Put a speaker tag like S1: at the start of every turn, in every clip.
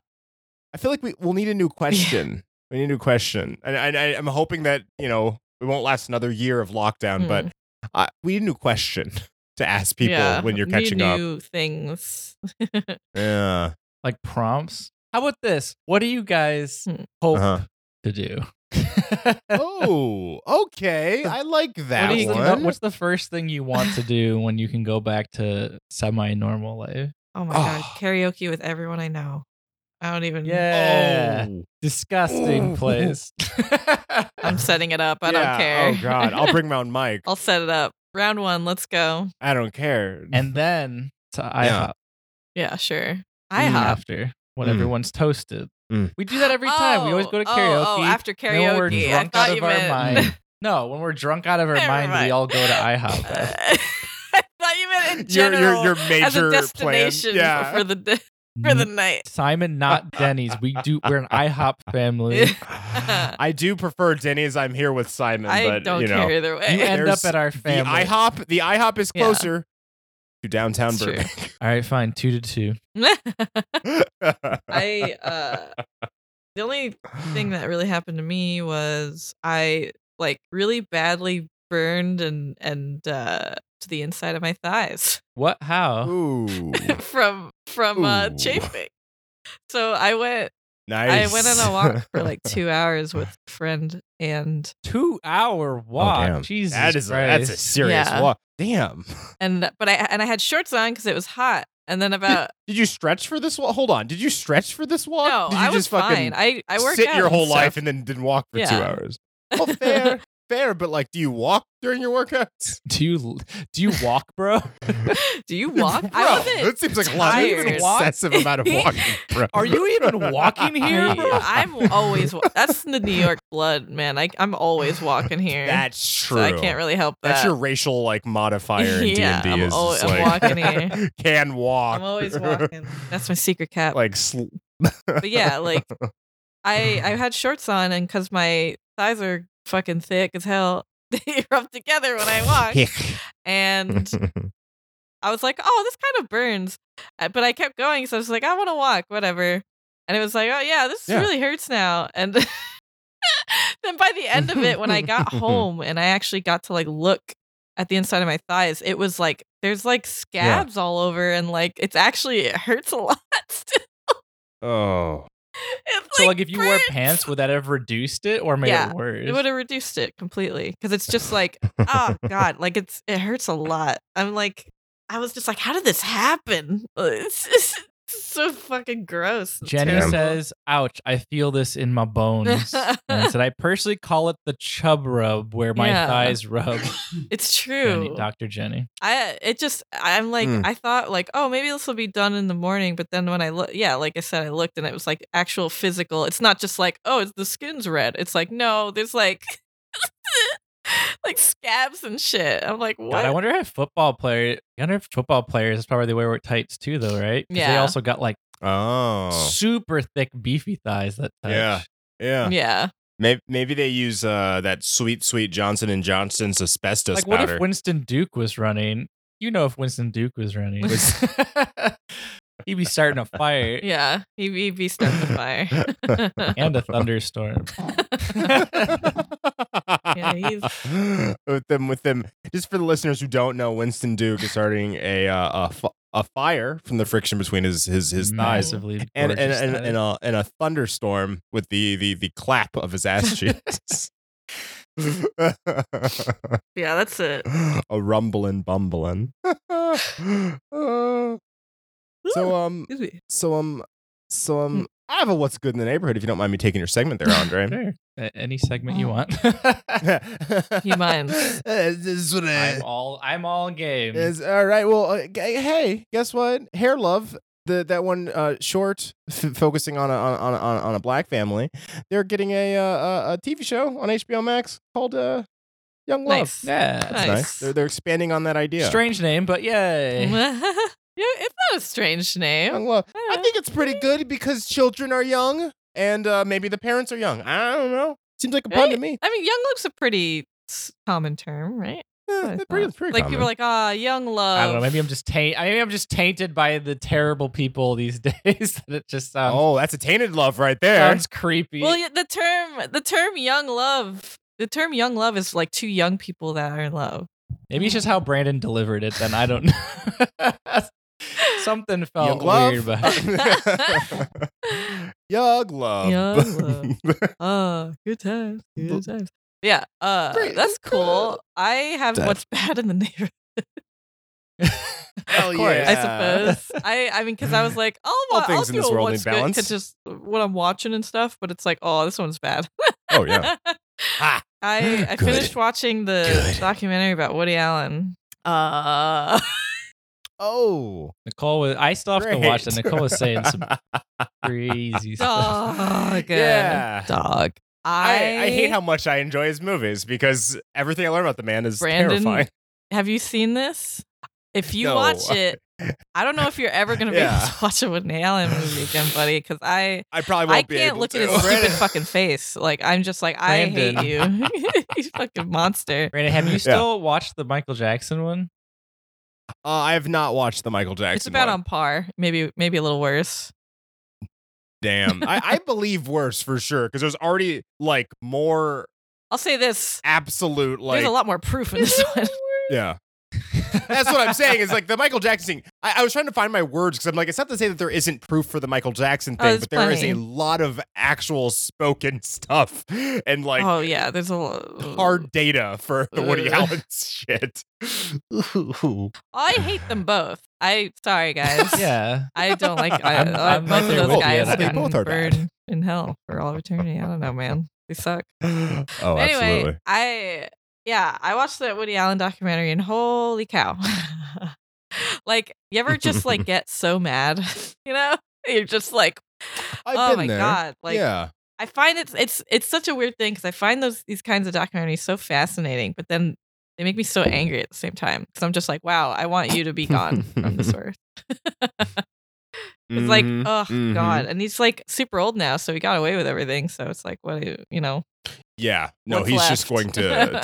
S1: I feel like we, we'll need a new question. We need a new question. And I, I, I'm hoping that, you know, we won't last another year of lockdown, but uh, we need a new question to ask people
S2: Hmm. yeah,
S1: when you're
S2: need
S1: catching up.
S2: new things.
S1: Yeah.
S3: like prompts. How about this? What do you guys
S2: Hmm.
S3: hope
S1: Uh-huh.
S3: to do?
S1: oh, okay. I like that
S3: What do you-
S1: one.
S3: what's the first thing you want to do when you can go back to semi-normal life?
S2: Oh my god,
S1: Oh.
S2: karaoke with everyone I know. I don't even.
S3: Yeah,
S1: Oh.
S3: disgusting
S1: Ooh.
S3: place.
S2: I'm setting it up. I
S1: Yeah.
S2: don't care.
S1: Oh God, I'll bring my own mic.
S2: I'll set it up. Round one. Let's go.
S1: I don't care.
S3: and then to
S1: Yeah.
S3: IHOP
S2: Yeah, sure.
S3: soon
S2: IHOP.
S3: after when
S1: Mm.
S3: everyone's toasted.
S1: Mm.
S3: We do that every time. We always go to
S2: Oh,
S3: karaoke.
S2: Oh, oh, after
S3: and then when we're
S2: karaoke. I
S3: drunk
S2: thought
S3: out of
S2: you
S3: our
S2: meant.
S3: mind. No, when we're drunk out of our
S2: Never
S3: mind, we
S2: mind.
S3: all go to IHOP. after.
S2: Uh, I thought you meant in
S1: your,
S2: general
S1: your, your
S2: as a
S1: major plan.
S2: destination
S1: Yeah.
S2: for the d- for the night.
S3: Simon, not Denny's. We do. We're an IHOP family.
S2: I
S1: I do prefer Denny's. I'm here with Simon, but
S2: don't
S1: you know,
S2: care either
S3: You
S2: way.
S1: and-
S3: end
S1: There's
S3: up at our
S1: the
S3: family.
S1: IHOP, the IHOP is
S2: Yeah.
S1: closer to downtown
S2: It's true.
S1: Burbank.
S3: All right, fine. Two to two.
S2: I uh, the only thing that really happened to me was I like really badly burned and and uh, to the inside of my thighs
S3: What? How?
S1: Ooh,
S2: from from uh,
S1: Ooh.
S2: chafing. So I went
S1: nice.
S2: I went on a walk for like two hours with a friend and
S3: Two hour walk.
S1: Oh, damn.
S3: Jesus
S1: that is a, that's a
S3: Christ.
S1: serious
S2: Yeah.
S1: walk. Damn.
S2: and uh, but I and I had shorts on because it was hot. And then about
S1: Did you stretch for this walk? Hold on. Did you stretch for this walk?
S2: no,
S1: Did you
S2: I was
S1: just fucking
S2: fine. I I worked
S1: sit
S2: out
S1: your
S2: and
S1: whole
S2: stuff.
S1: life and then didn't walk for two
S2: Yeah.
S1: hours? Well, fair. fair, but like, do you walk during your workouts?
S3: Do you do you walk, bro?
S2: Do you walk?
S1: Bro,
S2: I wasn't.
S1: That seems like a lot.
S2: tired.
S1: That's an excessive amount of walking, bro.
S3: Are you even walking here, bro?
S2: I, am always. wa- That's the New York blood, man. I, I'm always walking here.
S1: That's
S2: so
S1: true.
S2: I can't really help that.
S1: That's your racial like modifier in
S2: Yeah,
S1: D&D
S2: I'm
S1: is
S2: al-
S1: just,
S2: I'm
S1: like,
S2: walking here.
S1: can walk.
S2: I'm always walking. That's my secret cap.
S1: like sl-
S2: but yeah, like I I had shorts on, and because my thighs are fucking thick as hell, they rub together when I walk, and I was like, oh, this kind of burns, Uh, but I kept going, so I was like, I want to walk, whatever, and it was like, oh yeah, this
S1: Yeah.
S2: really hurts now, and then by the end of it, when I got home and I actually got to like look at the inside of my thighs, it was like there's like scabs all over, and like it's actually it hurts a lot. still.
S1: oh.
S2: It's,
S3: So like if you wore
S2: burns.
S3: pants, would that have reduced it or made
S2: Yeah,
S3: it worse?
S2: It would have reduced it completely because it's just like, oh god, like it's it hurts a lot. I'm like, I was just like, how did this happen? It's, just- it's so fucking gross. and
S3: Jenny
S2: terrible.
S3: says, "Ouch! I feel this in my bones." and said, "I personally call it the chub rub, where my
S2: Yeah.
S3: thighs rub."
S2: it's
S3: Jenny,
S2: true.
S3: Dr. Jenny.
S2: I it just I'm like
S1: Mm.
S2: I thought like oh maybe this will be done in the morning, but then when I look, yeah, like I said, I looked and it was like actual physical. It's not just like oh it's the skin's red. It's like no, there's like like scabs and shit. I'm like what?
S3: God, I wonder if football players. I wonder if football players probably they wear tights too, though, right? 'Cause They
S2: Yeah.
S3: also got like
S1: Oh.
S3: super thick, beefy thighs that touch.
S1: Yeah. Yeah.
S2: yeah.
S1: Maybe, maybe they use uh, that sweet, sweet Johnson and Johnson's asbestos
S3: Like, what
S1: powder.
S3: if Winston Duke was running? You know, if Winston Duke was running, he'd be starting a fire
S2: Yeah, he he'd be starting the fire.
S3: and a thunderstorm.
S2: Yeah, he's-
S1: with them, with them. Just for the listeners who don't know, Winston Duke is starting a uh, a, fi- a fire from the friction between his his his thighs,
S3: Massively
S1: and and
S3: gorgeous
S1: and,
S3: thighs.
S1: and, a, and a thunderstorm with the the the clap of his ass cheeks.
S2: yeah, that's it.
S1: a rumbling, bumbling. so um,
S2: Excuse me.
S1: so um, so um, I have a what's good in the neighborhood. If you don't mind me taking your segment there, Andre.
S3: Sure. A- any segment you want.
S2: He minds.
S1: This is what I-
S3: I'm all I'm all game.
S1: is- all right. Well, uh, g- hey, guess what? Hair love. The, that one uh, short f- focusing on a, on, a- on, a- on, a- on a black family, they're getting a, uh, a, a TV show on HBO Max called uh, Young Love.
S2: Nice.
S3: yeah.
S1: That's
S2: Nice.
S1: They're, they're expanding on that idea.
S3: Strange name, but
S1: eh.
S3: yay.
S2: yeah, it's not a strange name.
S1: Young Love.
S2: I
S1: I
S2: dunno.
S1: think it's pretty good because children are young and uh, maybe the parents are young. I don't know. Seems like a pun to
S2: Right?
S1: me.
S2: I mean, young love's a pretty s- common term, right?
S1: Yeah,
S2: I
S1: Eh, pretty,
S2: thought.
S1: pretty
S2: like
S1: common.
S2: people are like, ah, young love.
S3: I don't know. Maybe I'm just taint. Maybe I'm just tainted by the terrible people these days. that it just sounds,
S2: um,
S1: oh, that's a tainted love right there.
S3: sounds creepy.
S2: well, yeah, the term the term young love. The term young love is like two young people that are in love.
S3: Maybe it's just how Brandon delivered it. Then I don't know. Something felt
S1: Young love.
S3: weird, but
S1: Young love.
S2: Young Oh, good times, good times. Yeah, uh,
S1: Great.
S2: that's cool. I have
S1: That-
S2: what's bad in the neighborhood.
S1: Hell
S3: course.
S2: I
S1: yeah.
S2: suppose. I I mean, because I was like, oh,
S1: All
S2: well, I'll
S1: things in
S2: do
S1: this
S2: a
S1: world
S2: what's
S1: need
S2: good,
S1: balance.
S2: 'cause just what I'm watching and stuff. But it's like, oh, this one's bad.
S1: Oh yeah. Ah,
S2: I I
S1: Good.
S2: finished watching the
S1: Good.
S2: documentary about Woody Allen. Uh,
S1: Oh.
S3: Nicole was. I still have to watch it.
S1: Great.
S3: Nicole was saying some crazy stuff.
S2: dog.
S1: Yeah.
S2: Dog. I,
S1: I, I hate how much I enjoy his movies because everything I learn about the man is
S2: Brandon,
S1: terrifying.
S2: Have you seen this? If you
S1: No.
S2: watch it, I don't know if you're ever gonna be
S1: Yeah.
S2: able to watch a Woody Allen movie again, buddy. Because I
S1: I probably won't
S2: I
S1: be
S2: can't
S1: able
S2: look
S1: to.
S2: at his stupid fucking face. Like I'm just like I hate
S3: Brandon.
S2: you. you fucking monster.
S3: Brandon, have
S1: Yeah.
S3: you still watched the Michael Jackson one?
S1: Uh, I have not watched the Michael Jackson.
S2: It's about
S1: one.
S2: on par, maybe maybe a little worse.
S1: Damn, I, I believe worse for sure because there's already like more
S2: I'll say this:
S1: absolute like
S2: there's a lot more proof in this one.
S1: yeah. That's what I'm saying is like the Michael Jackson thing. I, I was trying to find my words because I'm like, it's not to say that there isn't proof for the Michael Jackson
S2: Oh,
S1: thing,
S2: it's
S1: but there is
S2: plenty.
S1: a lot of actual spoken stuff and like
S2: oh yeah, there's a lo-
S1: hard data for the Woody
S2: Ugh.
S1: Allen shit. Oh,
S2: I hate them both. I sorry guys.
S3: Yeah.
S2: I don't like I,
S3: I'm-
S2: I-
S3: I'm
S2: both
S3: right
S2: of
S3: there
S2: those
S3: with you.
S2: guys.
S3: They
S2: gotten
S1: both are bad.
S2: burned in hell for all of eternity. I don't know, man. They suck.
S1: oh,
S2: anyway,
S1: absolutely.
S2: I yeah, I watched that Woody Allen documentary and holy cow. like, you ever just like get so mad, you know? You're just like,
S1: I've
S2: oh
S1: been
S2: my
S1: there.
S2: god, like
S1: yeah.
S2: I find it's it's it's such a weird thing because I find those these kinds of documentaries so fascinating, but then they make me so angry at the same time because I'm just like, wow, I want you to be gone from this earth. It's like,
S1: Mhm.
S2: oh
S1: mhm.
S2: god, and he's like super old now, so he got away with everything. So it's like, what do you, you know,
S1: Yeah. No,
S2: what's
S1: he's just going to
S2: left?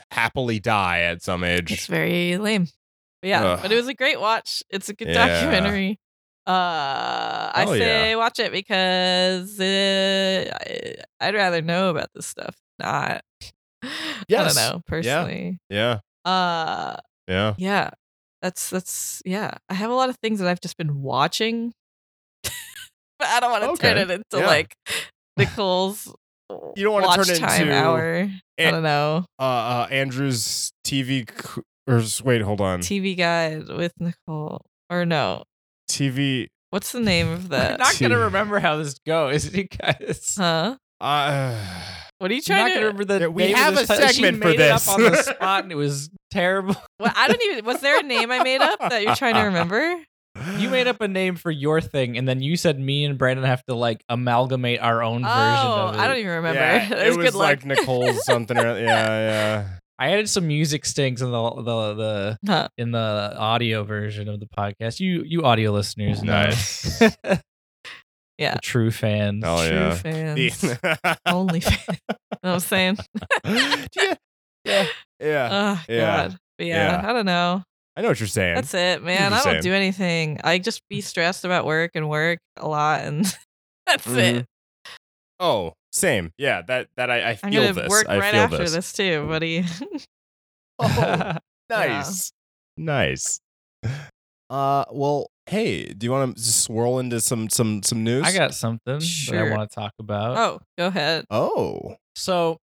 S1: to happily die at some
S2: it's
S1: age.
S2: very lame. But yeah,
S1: Ugh.
S2: but it was a great watch. It's a good
S1: Yeah.
S2: documentary. Uh, I
S1: Hell
S2: say watch it because uh, I, I'd rather know about this stuff. Not, I
S1: Yes.
S2: don't know personally.
S1: Yeah.
S2: Uh,
S1: Yeah.
S2: yeah that's that's yeah i have a lot of things that i've just been watching but i don't want to turn
S1: Okay,
S2: it into
S1: yeah.
S2: like nicole's
S1: You don't wanna
S2: watch
S1: turn it
S2: time
S1: into
S2: hour i
S1: an-
S2: don't know
S1: Uh, uh Andrew's TV c- or s- wait, hold on.
S2: tv guide with nicole or no
S1: TV
S2: what's the name of
S3: I'm
S2: that
S3: not gonna
S1: Two.
S3: remember how this goes, you guys.
S2: huh
S1: uh
S2: what are you
S3: I'm not
S2: trying
S3: gonna
S2: to
S3: remember the.
S1: Yeah, we
S3: name of
S1: have
S3: this
S1: a
S3: ti- she
S1: segment for
S3: made it up
S1: this.
S3: on the spot, and it was terrible.
S2: well, i don't even was there a name i made up that you're trying to remember
S3: You made up a name for your thing, and then you said me and Brandon have to like amalgamate our own
S2: oh
S3: version of it.
S2: i don't even remember
S1: Yeah,
S2: it was
S1: it
S2: good
S1: was
S2: luck
S1: like Nicole's something or yeah,
S3: I added some music stings in the the, the
S2: Huh.
S3: in the audio version of the podcast. You you audio
S1: yeah.
S3: listeners, know
S1: Nice.
S2: yeah
S3: the true fans.
S1: Oh,
S2: true
S1: yeah.
S2: fans
S1: yeah.
S2: only fans you know what i'm saying
S1: Yeah. Yeah.
S2: Oh
S1: Yeah.
S2: god. But yeah,
S1: Yeah.
S2: I don't know.
S1: I know what you're saying.
S2: That's it, man. I
S1: just
S2: don't
S1: saying.
S2: do anything. I just be stressed about work and work a lot and that's
S1: Mhm.
S2: it.
S1: oh, same. Yeah, that that I, I
S2: I'm
S1: feel
S2: gonna
S1: this.
S2: work
S1: I
S2: right
S1: feel
S2: after this. too, buddy.
S1: Oh,
S2: Yeah.
S1: nice. Nice. Uh well, hey, do you want to swirl into some some some news?
S3: I got something that
S2: Sure.
S3: I want to talk about.
S2: oh, go ahead.
S1: Oh,
S3: So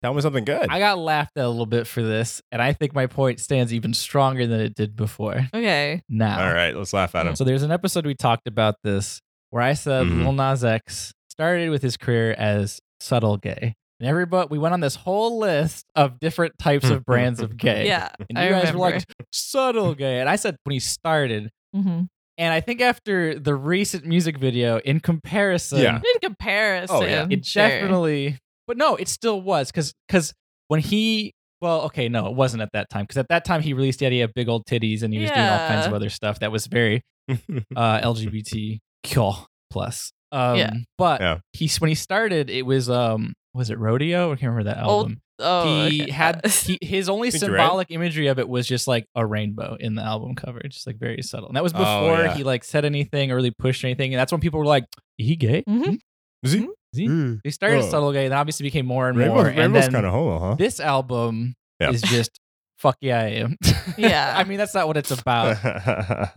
S1: tell me something good.
S3: I got laughed at a little bit for this, and I think my point stands even stronger than it did before.
S2: Okay.
S3: Now,
S1: All right, let's laugh at him.
S3: So there's an episode we talked about this where I said
S1: Mhm.
S3: Lil Nas X started with his career as subtle gay. And everybody, we went on this whole list of different types of brands of gay.
S2: Yeah.
S3: And
S2: I
S3: you guys
S2: remember.
S3: were like, subtle gay. And I said, when he started.
S2: hmm
S3: And I think after the recent music video, in comparison,
S1: Yeah.
S2: In comparison.
S1: Oh, yeah.
S3: it
S2: sure.
S3: definitely, but no, it still was. Cause, cause when he, well, okay, no, it wasn't at that time. Cause at that time he released the idea of big old titties and he was doing all kinds
S2: Yeah.
S3: of other stuff that was very
S1: Hmm.
S3: uh, LGBTQ plus. Um,
S2: Yeah.
S3: But
S1: Yeah.
S3: he when he started, it was um was it rodeo? I can't remember that
S2: Old-
S3: album.
S2: Oh,
S3: he
S2: okay.
S3: had he, his only
S1: Think you're
S3: symbolic imagery of it was just like a rainbow in the album cover, just like very subtle. And that was
S1: Oh,
S3: before
S1: yeah.
S3: he like said anything or really pushed anything. And that's when people were like, "Is "He gay?" Hmm?
S2: Mhm.
S1: Is he?
S3: They started
S1: Oh.
S3: subtle gay, and obviously became more and
S1: Rainbow,
S3: more. and
S1: Rainbow's
S3: then
S1: kind of homo, huh?
S3: this album
S1: Yeah.
S3: is just fuck yeah, I am.
S2: Yeah.
S3: I mean that's not what it's about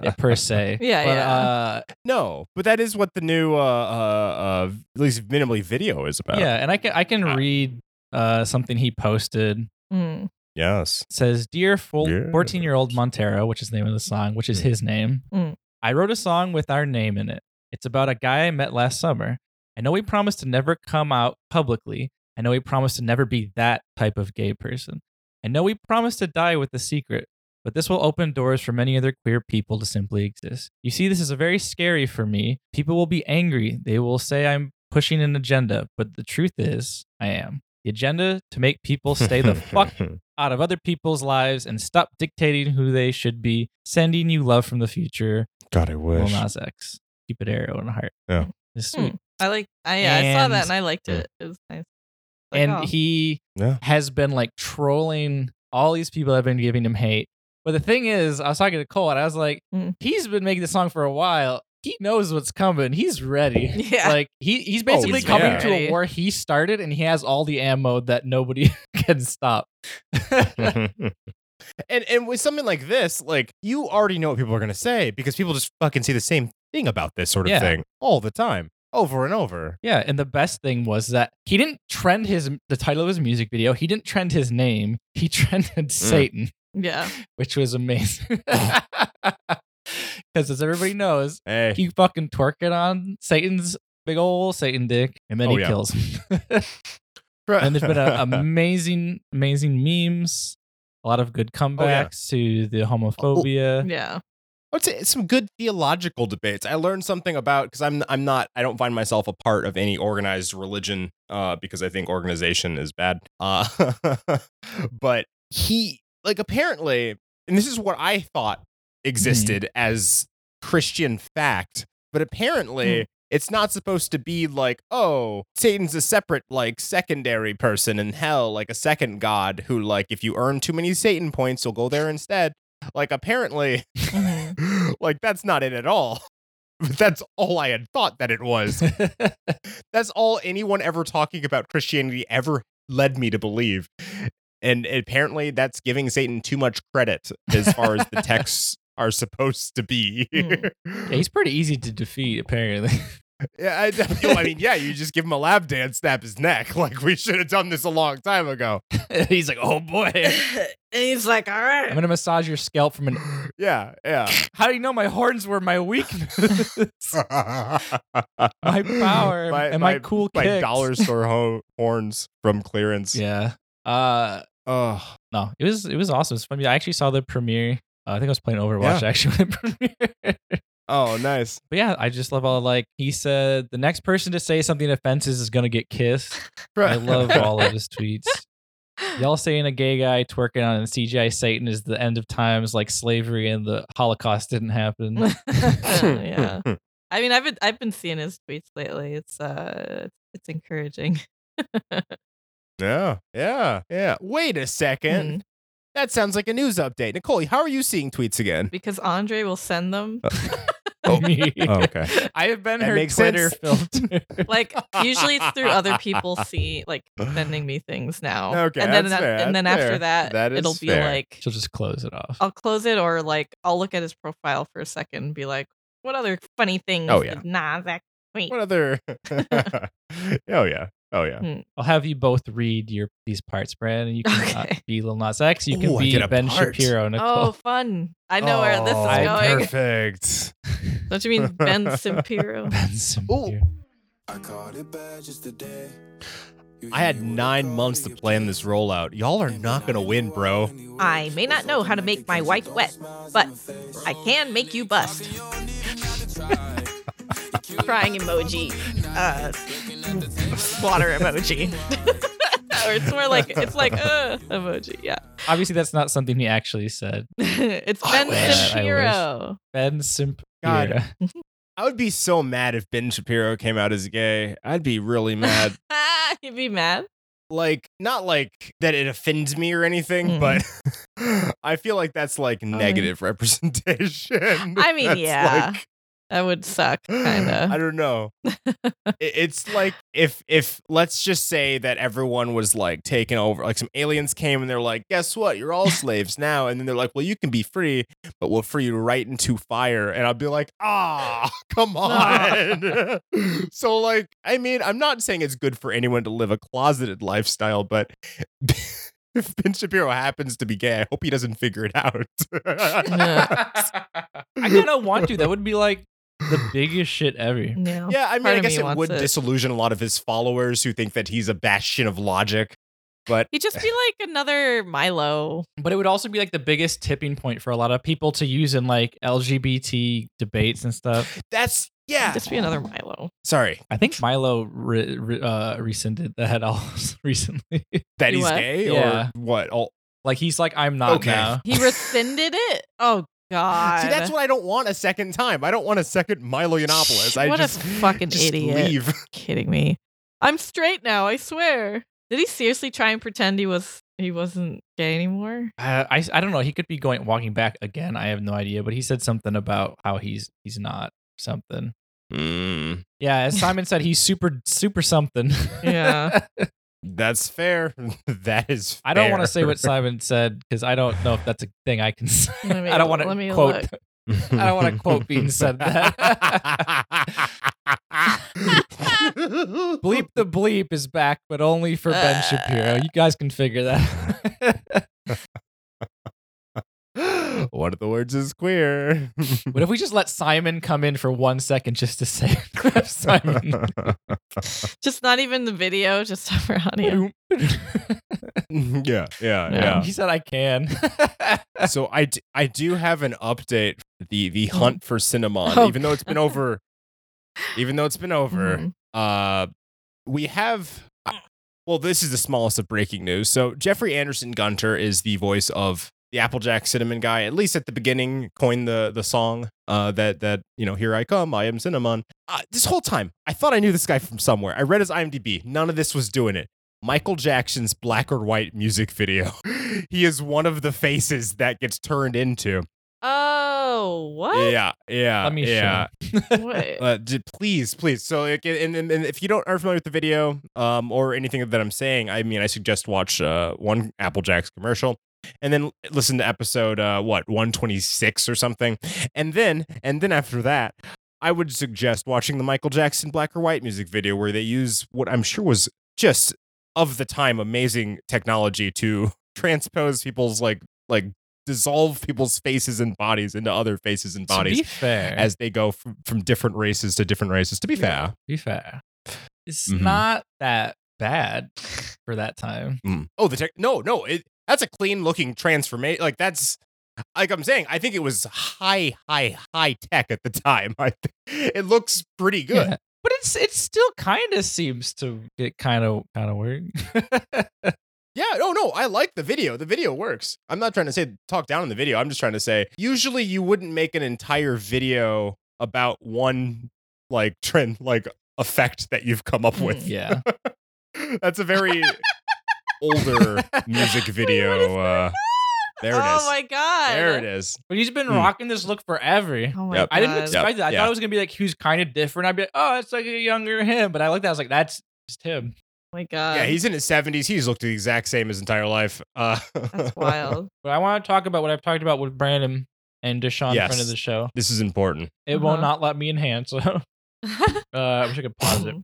S3: eh, per se.
S2: Yeah,
S3: but,
S2: yeah.
S3: Uh,
S1: no, but that is what the new, uh, uh, uh, at least minimally video is about.
S3: Yeah, and I can I can
S1: Uh,
S3: read uh, something he posted. It
S2: Mm.
S1: Yes.
S3: says, "Dear
S1: Yeah.
S3: fourteen year old Montero, which is the name of the song, which is his name.
S2: Mm.
S3: I wrote a song with our name in it. It's about a guy I met last summer. I know he promised to never come out publicly. I know he promised to never be that type of gay person. I know he promised to die with the secret." But this will open doors for many other queer people to simply exist. You see, this is a very scary for me. People will be angry. They will say I'm pushing an agenda, but the truth is, I am. The agenda to make people stay the fuck out of other people's lives and stop dictating who they should be. Sending you love from the future,
S1: God, I
S3: Lil
S1: wish.
S3: Nas X. Keep it arrow in heart.
S1: Yeah.
S3: It's
S2: Hmm.
S3: sweet.
S2: I like I yeah, I saw
S3: And-
S2: that and I liked it. It was nice. Like,
S3: and
S2: oh.
S3: he
S1: Yeah.
S3: has been like trolling all these people that have been giving him hate. But the thing is, I was talking to Cole and I was like,
S2: Mm.
S3: he's been making this song for a while. He knows what's coming. He's ready.
S2: Yeah.
S3: Like he, he's basically
S1: Oh, he's
S3: coming
S1: ready.
S3: to a war he started and he has all the ammo that nobody can stop.
S1: and and with something like this, like you already know what people are gonna say because people just fucking say the same thing about this sort of
S3: Yeah.
S1: thing all the time, over and over.
S3: Yeah, and the best thing was that he didn't trend his the title of his music video. He didn't trend his name. He
S1: Mm.
S3: trended Satan,
S2: yeah.
S3: which was amazing. Because as everybody knows,
S1: Hey,
S3: he fucking twerking on Satan's big old Satan dick, and then
S1: Oh,
S3: he
S1: yeah.
S3: kills him. and there's been a, amazing, amazing memes, a lot of good
S1: Oh,
S3: comebacks to the homophobia.
S2: Yeah.
S1: I would say it's some good theological debates. I learned something about because I'm I'm not I don't find myself a part of any organized religion uh, because I think organization is bad. Uh, but he like apparently, and this is what I thought existed as Christian fact, but apparently. It's not supposed to be like, oh, Satan's a separate, like, secondary person in hell, like a second god who, like, if you earn too many Satan points, you'll go there instead. Like, apparently, like that's not it at all. That's all I had thought that it was. that's all anyone ever talking about Christianity ever led me to believe. And apparently that's giving Satan too much credit as far as the texts are supposed to be.
S2: Mm.
S3: Yeah, he's pretty easy to defeat, apparently.
S1: yeah, I, I mean, yeah, you just give him a lap dance, snap his neck. Like we should have done this a long time ago.
S3: he's like, oh boy, I'm
S2: and he's like, all right.
S3: gonna massage your scalp from an.
S1: Yeah, yeah.
S3: How do you know my horns were my weakness? my power and my, cool
S1: my
S3: kicks.
S1: dollar store ho- horns from clearance.
S3: Yeah. Uh,
S1: Oh,
S3: no, it was it was awesome. It's funny. I actually saw the premiere. Uh, I think I was playing Overwatch actually when it premiered.
S1: oh, nice.
S3: But yeah, I just love all like he said the next person to say something offensive is gonna get kissed. I love all of his tweets. Y'all saying a gay guy twerking on a CGI Satan is the end of times, like slavery and the Holocaust didn't happen.
S2: Uh, Oh, yeah. I mean, I've been I've been seeing his tweets lately. It's uh, it's encouraging.
S1: Yeah, yeah, yeah. Wait a second.
S2: Mhm.
S1: That sounds like a news update. Nicole, how are you seeing tweets again?
S2: because Andre will send them.
S1: Oh, okay.
S3: I have been
S1: That
S3: her
S1: makes
S3: Twitter
S1: sense.
S3: filter.
S2: Like usually it's through other people see like sending me things now.
S1: Okay,
S2: and then
S1: that's fair,
S2: and then
S1: that's
S2: after
S1: fair.
S2: that,
S1: That is
S2: it'll be
S1: fair.
S2: like
S3: She'll just close it off.
S2: I'll close it or like I'll look at his profile for a second and be like, what other funny things?
S1: Oh, yeah.
S2: did Nasdaq tweet?
S1: What other? oh yeah. Oh yeah.
S3: I'll have you both read your these parts, Brad, and you can uh,
S2: Okay.
S3: be Lil Nas X. You can
S1: Ooh, I
S3: be
S1: get a
S3: Ben
S1: part.
S3: Shapiro, Nicole.
S2: Oh, fun! I know where this is
S1: Oh,
S2: going.
S1: Perfect.
S2: Don't you mean Ben Simpiro?
S3: Ben Shapiro.
S4: I called it bad just today.
S1: I had nine months to plan this rollout. Y'all are not gonna win, bro.
S2: I may not know how to make my wife wet, but I can make you bust. Crying emoji, uh, water emoji. or it's more like it's like uh emoji. Yeah,
S3: Obviously, that's not something he actually said.
S2: it's
S1: Oh, I
S2: Ben
S1: wish.
S2: Shapiro.
S3: Ben Simp.
S1: God. I would be so mad if Ben Shapiro came out as gay. I'd be really mad.
S2: You'd be mad.
S1: like not like that it offends me or anything,
S2: Mm.
S1: but I feel like that's like negative representation.
S2: I mean,
S1: That's
S2: yeah. That would suck, kind
S1: I
S2: of.
S1: don't know. I- it's like if if let's just say that everyone was like taken over, like some aliens came and they're like, guess what, you're all slaves now, and then they're like, well, you can be free, but we'll free you right into fire, and I'll be like, ah, come on. so like, I mean, I'm not saying it's good for anyone to live a closeted lifestyle, but. If Ben Shapiro happens to be gay, I hope he doesn't figure it out.
S3: I kind of want to. That would be like the biggest shit ever.
S2: No.
S1: Yeah, I mean,
S2: Oh, Part
S1: I
S2: of me
S1: guess it
S2: wants
S1: would
S2: it.
S1: disillusion a lot of his followers who think that he's a bastion of logic. But
S2: He'd just be like another Milo.
S3: But it would also be like the biggest tipping point for a lot of people to use in like LGBT debates and stuff.
S1: that's yeah.
S2: Just be another Milo.
S1: Sorry
S3: I think Milo re- re- uh, rescinded that all recently.
S1: that
S2: You
S1: he's
S2: what?
S1: gay
S3: Yeah.
S1: or what? Oh,
S3: like he's like, I'm not
S1: Okay.
S3: now.
S2: He rescinded it. Oh God.
S1: see, that's what I don't want a second time. I don't want a second Milo Yiannopoulos. I
S2: What a
S1: just,
S2: fucking
S1: just
S2: idiot.
S1: Leave.
S2: kidding me. I'm straight now. I swear. Did he seriously try and pretend he was he wasn't gay anymore?
S3: Uh, I I don't know. He could be going walking back again. I have no idea. But he said something about how he's he's not something. Hmm. Yeah, as Simon said, he's super super something.
S2: Yeah.
S1: That's fair. that is.
S3: I don't
S1: fair.
S3: want to say what Simon said because I don't know if that's a thing I can say.
S2: Let me-
S3: I don't want
S2: let me
S3: to quote.
S2: look.
S1: I
S3: don't wanna quote being said that. Bleep the bleep is back, but only for Ben Shapiro. You guys can figure that. out.
S1: one of the words is queer.
S3: What if we just let Simon come in for one second just to say grab Simon?
S2: Just not even the video, just for audio.
S3: yeah,
S1: yeah, yeah, yeah.
S3: He said I can.
S1: So I, d- I do have an update. The the hunt for Cinnamon,
S2: Oh.
S1: even though it's been over, even though it's been over.
S2: Mhm.
S1: Uh, we have. I- Well, this is the smallest of breaking news. So Jeffrey Anderson Gunter is the voice of the Applejack Cinnamon guy. At least at the beginning, coined the the song uh, that that you know, here I come, I am Cinnamon. Uh, this whole time, I thought I knew this guy from somewhere. I read his IMDb. None of this was doing it. Michael Jackson's Black or White music video. he is one of the faces that gets turned into.
S2: Oh, what?
S1: Yeah, yeah,
S3: Let me show
S1: yeah.
S2: Wait.
S1: Uh, d- please, please. So, like, and, and, and if you don't are familiar with the video, um, or anything that I'm saying, I mean, I suggest watch uh one Applejack's commercial, and then l- listen to episode uh what 126 or something, and then and then after that, I would suggest watching the Michael Jackson Black or White music video where they use what I'm sure was just of the time amazing technology to transpose people's like like dissolve people's faces and bodies into other faces and
S3: To
S1: bodies
S3: be fair,
S1: as they go from, from different races to different races. To be fair,
S3: be fair, it's
S1: Mhm.
S3: not that bad for that time.
S1: Mm. oh, the tech. No, no, it, that's a clean looking transformation. Like that's like I'm saying. I think it was high, high, high tech at the time. I think it looks pretty good.
S3: Yeah. But it's it still kind of seems to get kind of kind of weird.
S1: Yeah, no, no, I like the video. The video works. I'm not trying to say talk down on the video. I'm just trying to say usually you wouldn't make an entire video about one like trend, like effect that you've come up with.
S3: yeah,
S1: That's a very older music video. uh, there it is.
S2: oh my god.
S1: There it is.
S3: but he's been
S1: Hmm.
S3: rocking this look forever.
S2: Oh my
S1: Yep.
S2: god.
S3: I didn't expect that. I
S1: Yeah.
S3: thought it was gonna be like he was kind of different. I'd be like, oh, it's like a younger him. But I like that. I was like, that's just him.
S2: Oh my god.
S1: yeah, he's in his seventies. He's looked the exact same his entire life. Uh,
S2: That's wild.
S3: But I want to talk about what I've talked about with Brandon and Deshaun in front of
S1: Yes.
S3: the show.
S1: this is important.
S3: It will
S2: Uh-huh.
S3: not let me enhance. So uh, I wish I could pause it.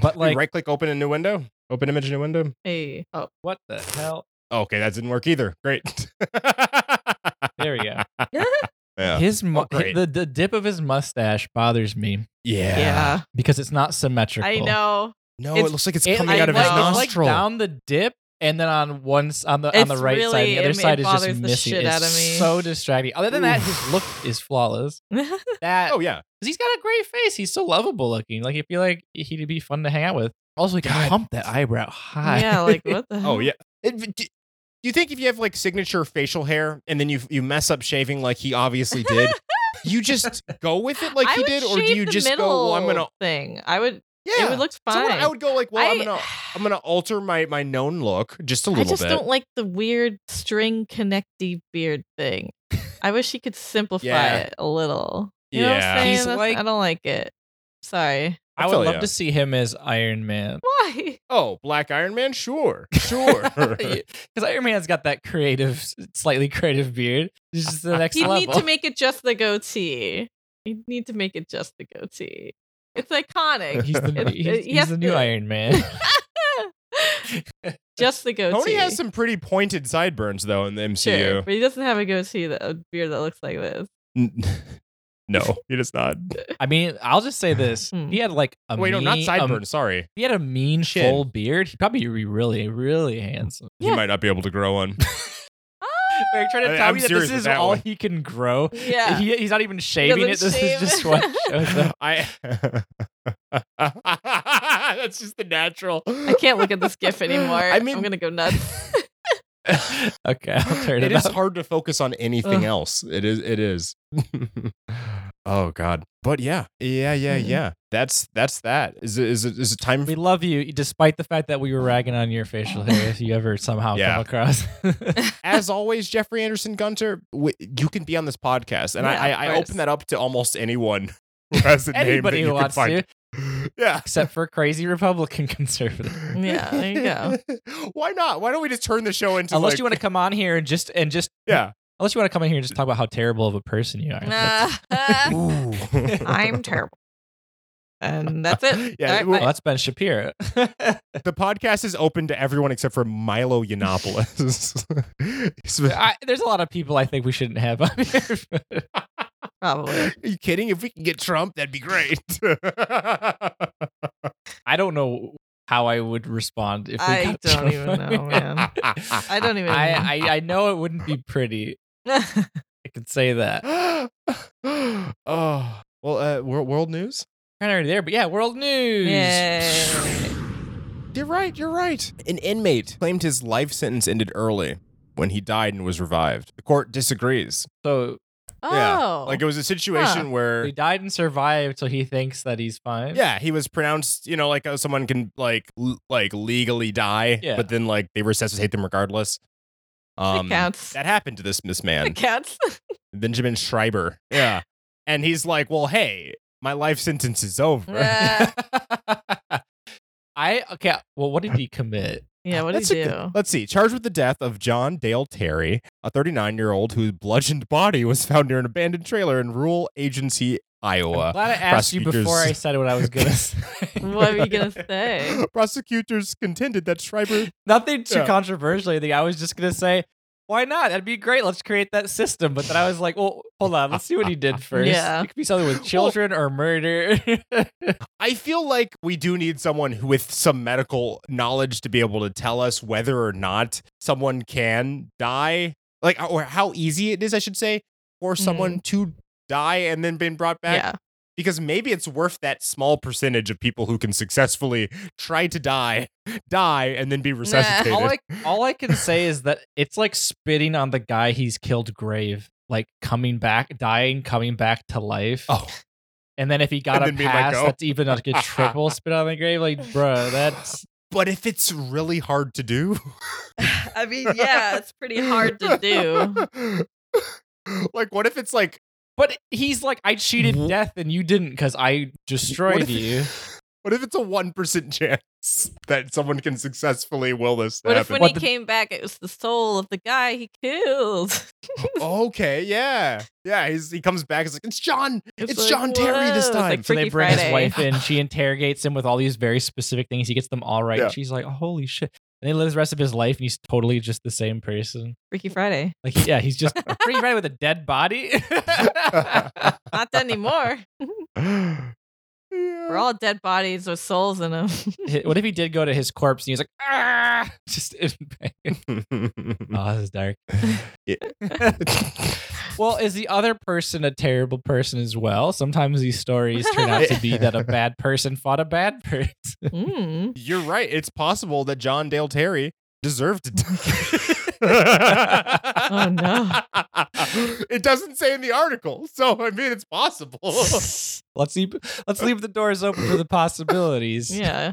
S3: But like,
S1: right click, open a new window. Open image, new window. Oh,
S2: hey. Oh.
S3: what the hell?
S1: Okay, that didn't work either. Great.
S3: There we go.
S1: yeah.
S3: His mu-
S1: Oh, great.
S3: the the dip of his mustache bothers me
S1: yeah.
S2: Yeah.
S3: because it's not symmetrical.
S2: I know.
S1: No,
S2: It's-
S1: it looks like it's
S3: It,
S1: coming
S2: I
S1: out of his
S2: know.
S3: it's like
S1: nostril.
S3: down the dip, and then on one s- on the on the
S2: It's
S3: right side,
S2: really-
S3: the other
S2: it-
S3: side
S2: it
S3: is just
S2: bothers the
S3: missing.
S2: shit
S3: it's
S2: out of me.
S3: so distracting. Other than that, his
S1: Oof.
S3: look is flawless. That
S1: oh yeah.
S3: because he's got a great face. He's so lovable looking. Like I feel like he'd be fun to hang out with. Also, he can
S1: God.
S3: pump that eyebrow high.
S2: yeah. Like what the?
S1: Oh yeah. It- d- do you think if you have like signature facial hair and then you you mess up shaving like he obviously did, you just go with it like
S2: I
S1: he
S2: would
S1: did, or do
S2: shave
S1: you
S2: the
S1: just go? Well, I'm gonna
S2: middle thing. I would.
S1: yeah.
S2: It would look
S1: So
S2: fine.
S1: what I would go like, well, I, am
S2: I-
S1: gonna I'm gonna alter my my known look just a
S2: I
S1: little
S2: just
S1: bit.
S2: don't like the weird string connecty beard thing. I wish he could simplify
S1: Yeah.
S2: it a little. You know what
S1: Yeah.
S2: I'm saying?
S3: He's
S2: That's-
S3: like-
S2: I don't like it. Sorry.
S1: I
S3: I would
S1: feel
S3: love
S1: ya.
S3: to see him as Iron Man
S2: Why?
S1: oh, Black Iron Man, sure, sure.
S3: because Iron Man's got that creative, slightly creative beard. It's just the next
S2: He'd
S3: level.
S2: need to make it just the goatee. He'd need to make it just the goatee. It's iconic.
S3: He's the,
S2: It-
S3: he's,
S2: it-
S3: he's
S2: yes,
S3: the new
S2: it-
S3: Iron Man.
S2: just the goatee.
S1: Tony has some pretty pointed sideburns though in the
S2: Sure,
S1: MCU.
S2: but he doesn't have a goatee that a beard that looks like this.
S1: N- no, he does not.
S3: I mean, I'll just say this:
S2: Hmm.
S3: he had like a
S1: Wait, no,
S3: mean,
S1: not
S3: a-
S2: um
S1: sideburns. sorry,
S3: he had a mean
S1: Chin.
S3: full beard. He'd probably be really, really handsome.
S1: he
S2: Yeah.
S1: might not be able to grow one.
S3: Are you trying
S1: I-
S3: to tell
S1: I'm
S3: me that
S1: serious
S3: this
S1: with
S3: is
S1: that
S3: all
S1: one.
S3: he can grow?
S2: Yeah.
S3: He, he's not even shaving it.
S2: doesn't
S3: This
S2: shave.
S3: is just what shows up.
S1: I. That's just the natural.
S2: I can't look at this gif anymore.
S1: I mean-
S2: I'm gonna go nuts.
S3: Okay, I'll turn it,
S1: it is
S3: up.
S1: hard to focus on anything
S3: Ugh.
S1: else. It is. It is. oh God. But yeah, yeah, yeah,
S2: Mhm.
S1: yeah. That's that's that. Is it is it is it time?
S3: We
S1: For,
S3: love you, despite the fact that we were ragging on your facial hair. If you ever somehow
S1: Yeah.
S3: come across,
S1: as always, Jeffrey Anderson Gunter, w- you can be on this podcast, and
S2: Yeah,
S1: I
S2: of
S1: I, I
S2: course.
S1: open that up to almost anyone who has a name that
S3: anybody who
S1: you can
S3: wants
S1: find.
S3: to,
S1: Yeah.
S3: except for crazy Republican conservative.
S2: Yeah, there you
S1: go. Why not? Why don't we just turn the show into
S3: Unless
S1: like,
S3: you want to come on here and just and just
S1: Yeah.
S3: Unless you want to come in here and just talk about how terrible of a person you are. That's-
S2: Nah.
S1: Ooh.
S2: I'm terrible. And that's it.
S1: Yeah,
S2: All right,
S1: it will-
S2: bye.
S3: Well, that's Ben Shapiro.
S1: The podcast is open to everyone except for Milo Yiannopoulos.
S3: I, there's a lot of people I think we shouldn't have on here.
S2: Probably.
S1: Are you kidding? If we can get Trump, that'd be great.
S3: I don't know how I would respond if we
S2: I
S3: got
S2: don't
S3: Trump
S2: even
S3: on
S2: know,
S3: here.
S2: man. I don't even.
S3: I, I I know it wouldn't be pretty. I can say that.
S1: oh well, uh, world, world news.
S3: Kind of already there, but yeah, world news.
S2: Yay.
S1: You're right. You're right. An inmate claimed his life sentence ended early when he died and was revived. The court disagrees.
S3: So
S2: oh,
S1: Yeah, like it was a situation where
S3: he died and survived, so he thinks that he's fine.
S1: yeah, he was pronounced. You know, like uh, someone can like l- like legally die,
S3: Yeah.
S1: but then like they resuscitate them regardless.
S2: it counts.
S1: um, That happened to this this man.
S2: It counts.
S1: Benjamin Schreiber. Yeah. And he's like, well, hey, my life sentence is over.
S2: Yeah.
S3: I okay. Well, what did he commit?
S2: yeah. What did
S1: That's
S2: you
S1: a
S2: do?
S1: good- Let's see. Charged with the death of John Dale Terry, a 39 year old whose bludgeoned body was found near an abandoned trailer in rural agency,
S3: I'm
S2: Uh,
S1: Iowa.
S3: glad I asked you before I
S1: prosecutors-
S3: said what I was gonna say.
S2: What were you gonna say?
S1: Prosecutors contended that Schreiber.
S3: Nothing too
S1: Yeah.
S3: controversial. I think I was just gonna say, why not? That'd be great. Let's create that system. But then I was like, well, hold on. Let's see what he did first.
S2: Yeah.
S3: it could be something with children or murder.
S1: I feel like we do need someone who- with some medical knowledge to be able to tell us whether or not someone can die, like, or how easy it is, I should say, for someone to die and then been brought back.
S2: Mm-hmm. Yeah.
S1: because maybe it's worth that small percentage of people who can successfully try to die, die, and then be resuscitated.
S3: all I all I can say is that it's like spitting on the guy he's killed grave, like coming back, dying, coming back to life.
S1: oh,
S3: And then if he got
S1: And
S3: a
S1: then being like,
S3: pass,
S1: "No."
S3: that's even like "Oh." a triple spit on the grave. Like, bro, Uh, that's
S1: but if it's really hard to do,
S2: I mean, yeah, it's pretty hard to do.
S1: do. like, what if it's like
S3: But he's like, I cheated
S1: Wh-
S3: death and you didn't because
S1: what
S3: I destroyed
S1: if-
S3: you.
S1: What if it's a one percent chance that someone can successfully will this to
S2: What if
S1: happen?
S2: when
S3: What
S2: he
S3: the-
S2: came back, it was the soul of the guy he killed?
S1: okay, yeah, yeah. He's, he comes back. It's like it's John. It's,
S2: It's like,
S1: John Terry this
S2: whoa, it's
S1: time.
S2: like
S3: So they
S2: Freaky
S3: bring his
S2: Friday.
S3: wife in. She interrogates him with all these very specific things. He gets them all right.
S1: Yeah.
S3: She's like, holy shit. And he lives the rest of his life and he's totally just the same person.
S2: Freaky Friday.
S3: Like, yeah, he's just pretty right with a dead body.
S2: Not anymore. We're all dead bodies with souls in them.
S3: what if he did go to his corpse and he's like, ah, just in pain.
S1: Mm.
S3: Oh, this is dark. Well, is the other person a terrible person as well? Sometimes these stories turn out to be that a bad person fought a bad person.
S2: mm.
S1: You're right. It's possible that John Dale Terry deserved to die.
S2: Oh, no.
S1: It doesn't say in the article, so I mean it's possible.
S3: Let's leave, let's leave the doors open for the possibilities.
S2: Yeah.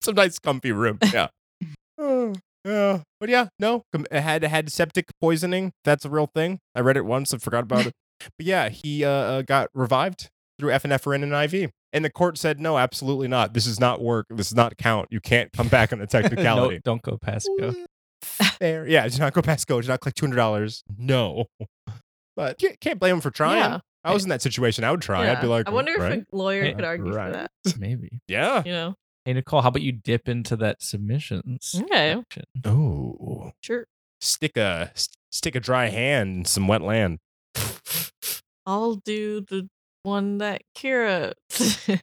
S1: Some nice comfy room. Yeah. Oh, yeah. But yeah, no. com- Had had septic poisoning. That's a real thing. I read it once and forgot about it. But yeah, he uh, uh, got revived through epinephrine and IV. And the court said, no, absolutely not. This is not work. This does not count. You can't come back on the
S3: No,
S1: technicality.
S3: don't go Pasco.
S1: Fair. Yeah, do not go past go. Do not collect two hundred dollars. No. But can't, can't blame him for trying.
S2: Yeah.
S1: I was in that situation. I would try. I'd be
S2: Yeah.
S1: like,
S2: I wonder if
S1: right?
S2: a lawyer
S3: Yeah,
S2: could argue
S1: right.
S2: for that.
S3: Maybe.
S1: yeah.
S2: You know?
S3: Hey Nicole, how about you dip into that submissions?
S2: Okay.
S3: section?
S1: Oh,
S2: Sure.
S1: stick a s- stick a dry hand in some wet land.
S2: I'll do the one that Kira.
S1: Hmm.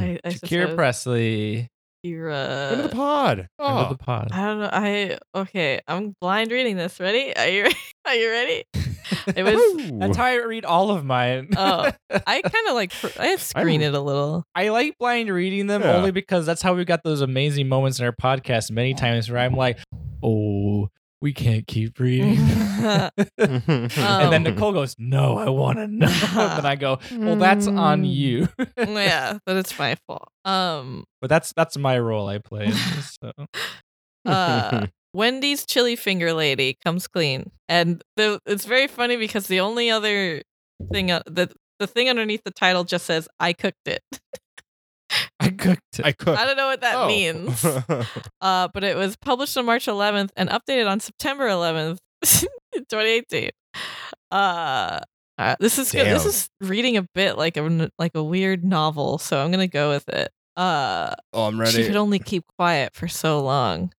S2: I, I
S3: Shakira
S2: suppose.
S3: Presley
S1: Into the
S2: Kira.
S1: pod.
S3: friend of
S1: Oh.
S3: the pod.
S2: Uh, I don't know. I okay. I'm blind reading this. Ready? Are you? Are you ready? It was.
S1: Woo.
S3: That's how I read all of mine.
S2: Oh, I kind of like. pr- I screen it a little.
S3: I like blind reading them
S1: Yeah.
S3: only because that's how we got those amazing moments in our podcast many times where I'm like, oh, we can't keep reading. and
S2: Um.
S3: then Nicole goes, no, I want to know. and I go, well, that's on
S2: Hmm.
S3: you.
S2: Mm. yeah, but it's my fault. Um,
S3: But that's that's my role I play. in this, so.
S2: uh, Wendy's chili finger lady comes clean, and the it's very funny because the only other thing uh, the the thing underneath the title just says I cooked it.
S3: I cooked it.
S1: I cook.
S2: I don't know what that
S1: oh.
S2: means, uh, but it was published on March 11th and updated on September 11th, 2018. Uh, Uh, this is good. This
S1: Damn.
S2: is reading a bit like a n- like a weird novel, so I'm gonna go with it. Uh,
S1: Oh, I'm
S2: she could only keep quiet for so long.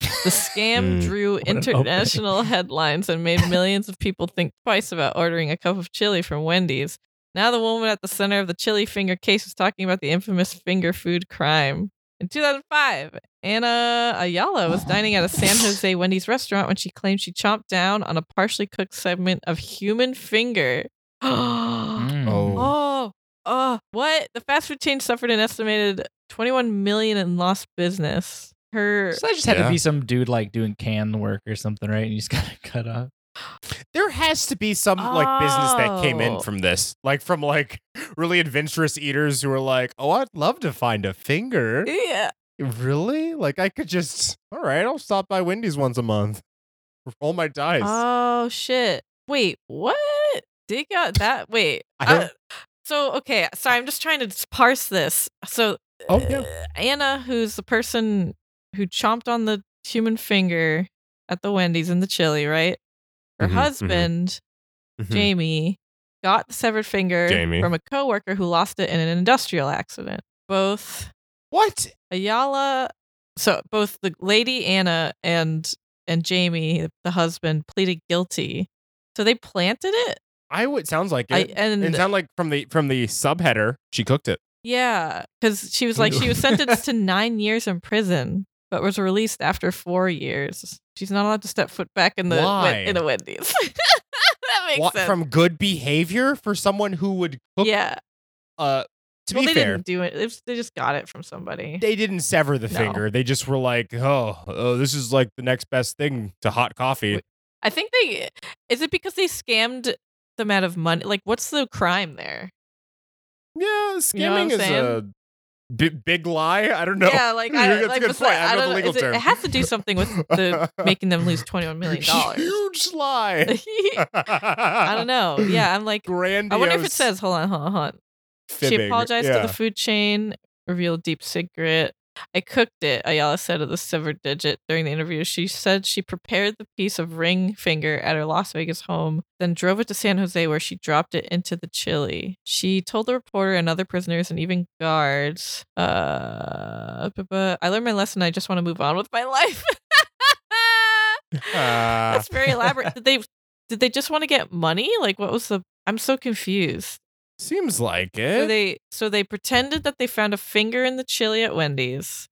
S2: The scam
S1: Mm.
S2: drew
S3: an opening.
S2: international headlines and made millions of people think twice about ordering a cup of chili from Wendy's. Now the woman at the center of the chili finger case is talking about the infamous finger food crime. In 2005, Anna Ayala was dining at a San Jose Wendy's restaurant when she claimed she chomped down on a partially cooked segment of human finger.
S3: Mm.
S1: Oh.
S2: Oh, oh, what? The fast food chain suffered an estimated 21 million in lost business. Her,
S3: So that just had
S1: Yeah.
S3: to be some dude like doing can work or something, right? And you just got to cut off.
S1: There has to be some like business that came in
S2: Oh.
S1: from this. Like from like really adventurous eaters who are like, "Oh, I'd love to find a finger."
S2: yeah,
S1: Really? Like I could just All right, I'll stop by Wendy's once a month. Roll my dice.
S2: oh shit. Wait, what? Dig out that. Wait,
S1: I don't-
S2: Uh, so okay, sorry, I'm just trying to s- parse this. So,
S1: oh yeah.
S2: uh, Anna, who's the person who chomped on the human finger at the Wendy's in the chili, right? Her
S1: Mhm, mhm.
S2: husband. Mm-hmm. Jamie got the severed finger
S1: Hmm. Jamie.
S2: from a coworker who lost it in an industrial accident. Both
S1: What?
S2: Ayala, so both the lady Anna and and Jamie, the husband, pleaded guilty. So they planted it.
S1: I would sounds like it.
S2: I, and
S1: it sound like from the from the subheader, she cooked it.
S2: yeah, because she was like she was sentenced to nine years in prison, but was released after four years. She's not allowed to step foot back in the
S1: Why?
S2: in a Wendy's. that makes
S1: What,
S2: sense.
S1: from good behavior for someone who would cook
S2: yeah.
S1: uh to
S2: Well,
S1: be
S2: they
S1: fair,
S2: didn't do it. It's- They just got it from somebody.
S1: they didn't sever the
S2: No.
S1: finger. They just were like, oh, oh, this is like the next best thing to hot coffee.
S2: I think they is it because they scammed them out of money? Like, what's the crime there?
S1: Yeah,
S2: You know what I'm
S1: scamming is a
S2: saying?
S1: bi- big lie. I don't know.
S2: Yeah, like
S1: You're-
S2: I,
S1: that's a
S2: like
S1: good
S2: what's
S1: point.
S2: that-
S1: I don't know the
S2: know.
S1: legal
S2: Is it-
S1: term.
S2: It has to do something with the making them lose twenty one million dollars.
S1: Huge lie.
S2: I
S1: I
S2: don't know. Yeah, I'm like,
S1: Grandiose.
S2: I wonder if it says. Hold on, hold on, hold on. She
S1: fibbing.
S2: apologized
S1: yeah.
S2: to the food chain, revealed deep secret. I cooked it, Ayala said of the severed digit during the interview. She said she prepared the piece of ring finger at her Las Vegas home, then drove it to San Jose where she dropped it into the chili. She told the reporter and other prisoners and even guards, uh, bu- bu- I learned my lesson. I just want to move on with my life.
S1: Ah.
S2: That's very elaborate. Did they did they just want to get money? Like what was the I'm so confused.
S1: Seems like
S2: So
S1: it.
S2: they so they pretended that they found a finger in the chili at Wendy's,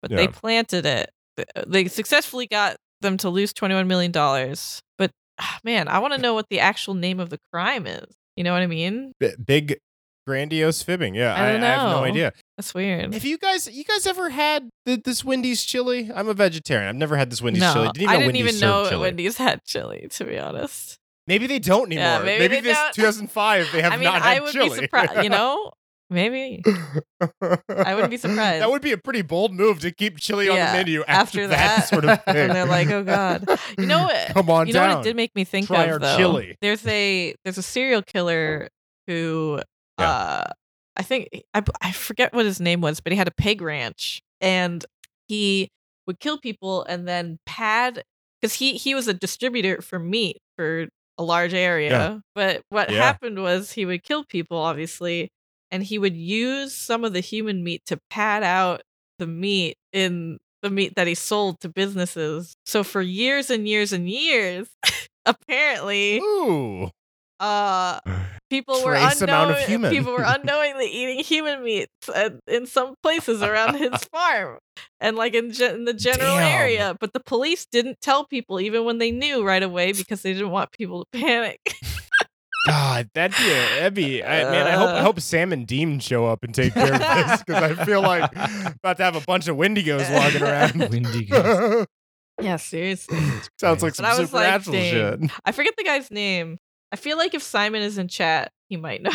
S2: but they
S1: Yeah.
S2: planted it. Th- uh, They successfully got them to lose twenty one million dollars. But ah, man, I want to know what the actual name of the crime is. You know what I mean?
S1: B- big, grandiose fibbing. Yeah,
S2: I don't
S1: I have no
S2: know.
S1: idea.
S2: That's weird.
S1: If you guys, you guys ever had th- this Wendy's chili? I'm a vegetarian. I've never had this Wendy's
S2: no,
S1: chili. Didn't even
S2: I
S1: know
S2: didn't
S1: Wendy's
S2: even know
S1: served chili.
S2: Wendy's had chili. To be honest,
S1: Maybe they don't anymore.
S2: Yeah,
S1: maybe
S2: maybe they
S1: this
S2: don't.
S1: 2005 they have
S2: I mean,
S1: not had
S2: I would
S1: chili.
S2: be surprised. You know, maybe
S1: I
S2: wouldn't be surprised.
S1: That would be a pretty bold move to keep chili on
S2: Yeah,
S1: the menu after,
S2: after
S1: that,
S2: that.
S1: sort of
S2: And
S1: thing.
S2: they're like, "Oh, God." You know what-
S1: Come on
S2: you know
S1: down.
S2: what it did make me think
S1: Try
S2: of
S1: our
S2: though?
S1: chili.
S2: There's a there's a serial killer who
S1: Yeah.
S2: uh I think I I forget what his name was, but he had a pig ranch and he would kill people and then pad cuz he he was a distributor for meat for a large area.
S1: Yeah.
S2: But what
S1: Yeah.
S2: happened was he would kill people obviously and he would use some of the human meat to pad out the meat in the meat that he sold to businesses. So for years and years and years, apparently,
S1: Ooh.
S2: uh, people were
S1: Trace amount of
S2: unknown-
S1: human.
S2: people were unknowingly eating human meats at, in some places around his farm and like in, gen in the general
S1: Damn.
S2: area. But the police didn't tell people even when they knew right away because they didn't want people to panic.
S1: God, that'd be a, that'd be I, man. I hope I
S2: Uh.
S1: hope Sam and Dean show up and take care of this because I feel like about to have a bunch of Wendigos walking around.
S3: Wendigo.
S2: yeah, seriously.
S1: Sounds like
S2: But
S1: some
S2: I was like,
S1: supernatural shit.
S2: dang. I forget the guy's name. I feel like if Simon is in chat, he might know.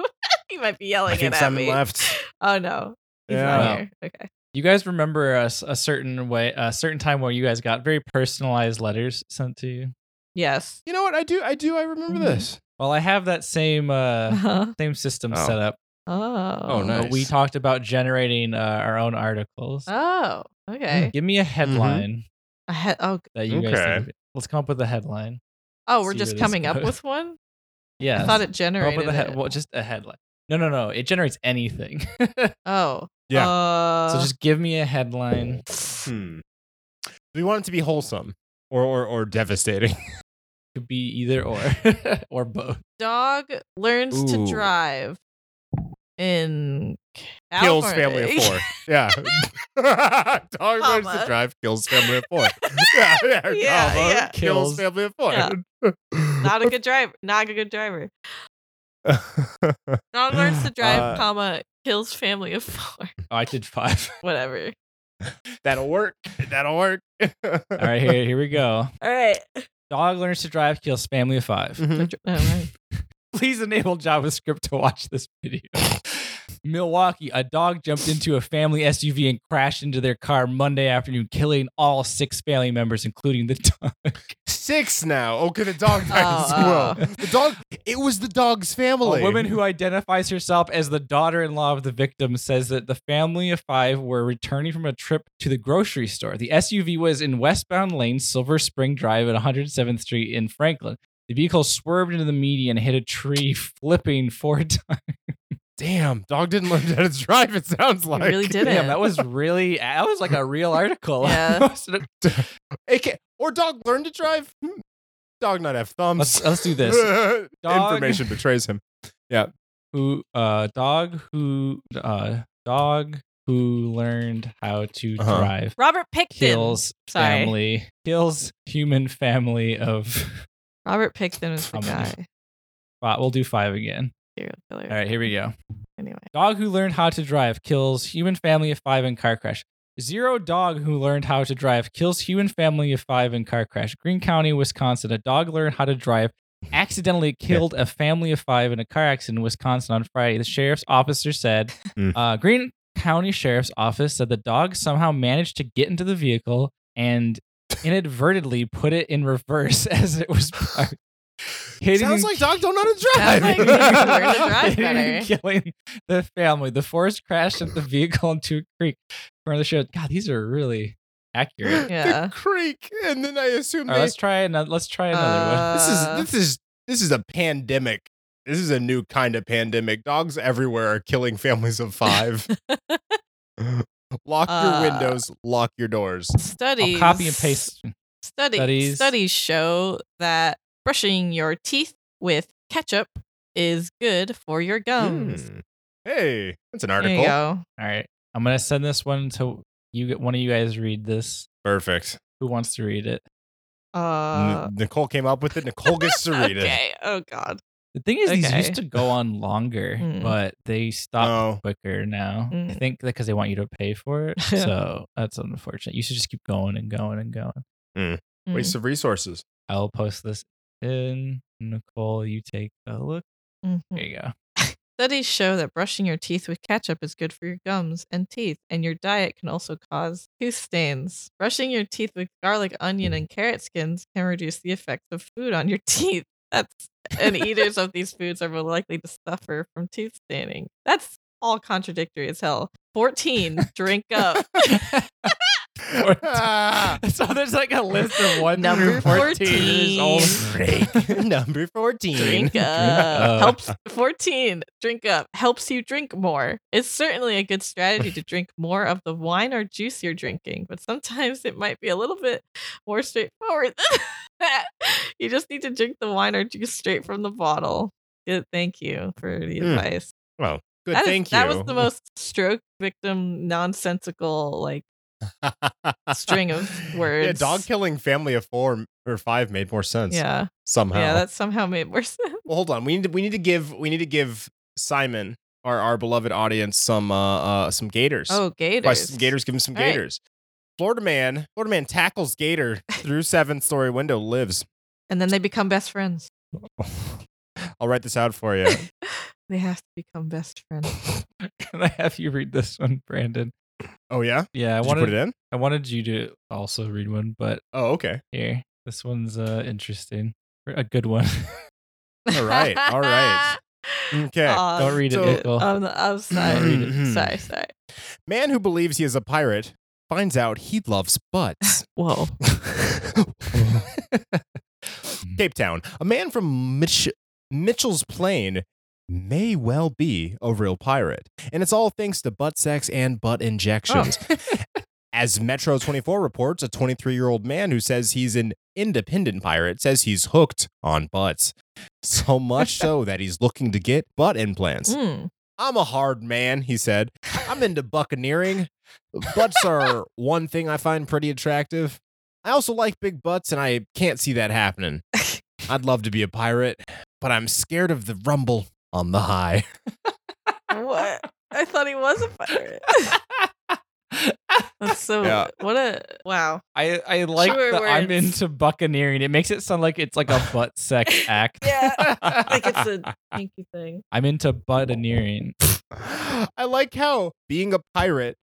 S2: he might be yelling
S1: I think
S2: it at
S1: Simon
S2: me.
S1: left.
S2: Oh no, he's
S1: Yeah.
S2: not here. Okay.
S3: You guys remember a, s- a certain way, a certain time where you guys got very personalized letters sent to you?
S2: Yes.
S1: You know what? I do. I do. I remember
S2: Mhm.
S1: this.
S3: Well, I have that same uh,
S2: Uh-huh.
S3: same system
S1: Oh.
S3: set up.
S2: Oh.
S1: Oh, no.
S3: But We
S1: Nice.
S3: talked about generating uh, our own articles.
S2: Oh. Okay.
S3: Give me a headline
S2: I had- oh.
S3: that you guys.
S1: Mm-hmm. Okay.
S3: Think of. Let's come up with a headline.
S2: Oh, we're
S3: See
S2: just
S3: where this
S2: coming up
S3: goes.
S2: with one.
S3: Yeah.
S2: I thought it
S3: Come up
S2: generated.
S3: with a head-
S2: it.
S3: well, just a headline. No, no, no. It generates anything.
S2: Oh.
S1: Yeah.
S2: Uh,
S3: so just give me a headline.
S1: Hmm. We want it to be wholesome or or, or devastating.
S3: Could be either or, or both.
S2: dog learns
S1: Ooh.
S2: to drive in
S1: kills
S2: California.
S1: family of four. Yeah. Dog learns to
S2: Comma.
S1: drive, kills family of four. Yeah, yeah,
S2: Yeah,
S1: comma,
S2: yeah.
S1: Kills
S3: Kills.
S1: family of four.
S2: Yeah. Not a good driver. Not a good driver. Dog learns to drive,
S1: Uh,
S2: comma kills family of four.
S3: Oh, I did five.
S2: Whatever.
S1: That'll work. That'll work.
S3: All right, here, here we go.
S2: All right.
S3: Dog learns to drive, kills family of five.
S1: Mm-hmm.
S3: Please enable JavaScript to watch this video. Milwaukee, a dog jumped into a family SUV and crashed into their car Monday afternoon, killing all six family members, including the dog.
S1: Six now. Okay, the dog died
S2: Oh,
S1: as well.
S2: oh.
S1: The dog. It was the dog's family.
S3: A woman who identifies herself as the daughter in law of the victim says that the family of five were returning from a trip to the grocery store. The SUV was in westbound lane, Silver Spring Drive at 107th Street in Franklin. The vehicle swerved into the median and hit a tree, flipping four times.
S1: Damn, dog didn't learn how to drive. It sounds like
S2: really did
S3: Damn,
S2: it.
S3: that was really, that was like a real article.
S2: Yeah.
S3: Most of the-
S1: It can't- or dog learned to drive. Hmm. Dog not have thumbs.
S3: let's, let's do this. Dog-
S1: Information betrays him.
S3: Who, uh, dog who, uh, dog who learned how to
S1: Uh-huh.
S3: drive.
S2: Robert Picton.
S3: kills
S2: Sorry.
S3: family kills human family of
S2: Robert Picton is the
S3: Comma.
S2: guy.
S3: Wow, we'll do five again
S2: Serial killer.
S3: all right here we go
S2: Anyway.
S3: dog who learned how to drive kills human family of five in car crash zero dog who learned how to drive kills human family of five in car crash green county wisconsin a dog learned how to drive accidentally killed a family of five in a car accident in wisconsin on friday the sheriff's officer said
S1: Mm.
S3: uh, green county sheriff's office said the dog somehow managed to get into the vehicle and inadvertently put it in reverse as it was parked. Hitting
S1: Sounds
S3: and
S1: like dog don't know how to drive.
S2: Sounds like you need to learn to drive
S3: Hitting and
S2: better.
S3: killing the family. The forest crashed at the vehicle into a creek. From the show, God, these are really accurate.
S2: Yeah.
S1: The creek, and then I assume
S3: All right,
S1: they-
S3: let's try another. Let's try another one.
S1: Oh, this
S2: Uh,
S1: is this is this is a pandemic. This is a new kind of pandemic. Dogs everywhere are killing families of five. lock
S2: Uh,
S1: your windows. Lock your doors.
S2: Studies.
S3: I'll copy and paste.
S2: Studies.
S3: Studies.
S2: Studies. show that brushing your teeth with ketchup is good for your gums.
S1: Hmm. Hey, that's an
S2: There you
S1: article.
S2: go.
S3: All right, I'm gonna send this one to you. One of you guys read this.
S1: Perfect.
S3: Who wants to read it?
S2: Uh,
S1: N- Nicole came up with it. Nicole gets to read it.
S2: okay. Oh God.
S3: The thing is, these
S2: Okay.
S3: used to go on longer,
S2: Mm.
S3: but they stopped
S1: Oh.
S3: quicker now. I
S2: Mm.
S3: think because they want you to pay for it. so that's unfortunate. You should just keep going and going and going.
S2: Mm.
S1: Waste of resources.
S3: I'll post this in. Nicole, you take a look.
S2: Mhm.
S3: There you go.
S2: Studies show that brushing your teeth with ketchup is good for your gums and teeth, and your diet can also cause tooth stains. Brushing your teeth with garlic, onion, and carrot skins can reduce the effects of food on your teeth. That's and eaters of these foods are more likely to suffer from tooth staining. That's all contradictory as hell. 14. Drink up.
S3: Fourteen. so there's like a list of one
S2: Number
S3: through 14 years old.
S2: 14.
S1: Number 14.
S2: Drink
S3: up.
S2: up. Helps 14. Drink up. Helps you drink more. It's certainly a good strategy to drink more of the wine or juice you're drinking, but sometimes it might be a little bit more straightforward than that. You just need to drink the wine or juice straight from the bottle. Good, thank you for the
S1: Hmm.
S2: advice.
S1: Good,
S2: That is-
S1: thank
S2: That
S1: you.
S2: was the most stroke victim nonsensical like string of
S1: Yeah,
S2: words.
S1: dog killing family of four m- or five made more sense.
S2: yeah.
S1: Somehow.
S2: Yeah, that somehow made more sense.
S1: well, hold on. We need to we need to give we need to give Simon, our, our beloved audience, some uh, uh some gators.
S2: Oh,
S1: Buy
S2: gators.
S1: some gators, give him some
S2: All right.
S1: gators. Florida man, Florida man tackles gator through seven story window, lives.
S2: And then they become best friends.
S1: I'll write this out for you.
S2: They have to become best friends.
S3: Can I have you read this one, Brandon?
S1: Oh yeah? Did
S3: Yeah, I
S1: you put
S3: wanted
S1: it in?
S3: I wanted you to also read one, but
S1: Oh, okay.
S3: here. This one's uh interesting. A good one.
S1: All right. All right. Okay.
S2: Aw,
S3: Don't read it,
S1: so-
S3: Nicole.
S2: I'm, I'm sorry. um, sorry, sorry.
S1: Man who believes he is a pirate finds out he loves butts.
S2: Whoa.
S1: Cape Town. A man from Mich- Mitchell's plane may well be a real pirate. And it's all thanks to butt sex and butt injections.
S3: Oh.
S1: As Metro 24 reports, a 23 year old man who says he's an independent pirate says he's hooked on butts. So much so that he's looking to get butt implants.
S2: Mm.
S1: I'm a hard man, he said. I'm into buccaneering. Butts are one thing I find pretty attractive. I also like big butts, and I can't see that happening. I'd love to be a pirate, but I'm scared of the rumble on the high.
S2: What? I thought he was a pirate. That's so.
S1: Yeah.
S2: What a wow.
S3: I, I like
S2: Sure
S3: that I'm
S2: words.
S3: into buccaneering. It makes it sound like it's like a butt sex act.
S2: Yeah. Like it's a pinky thing.
S3: I'm into buccaneering.
S1: I like how being a pirate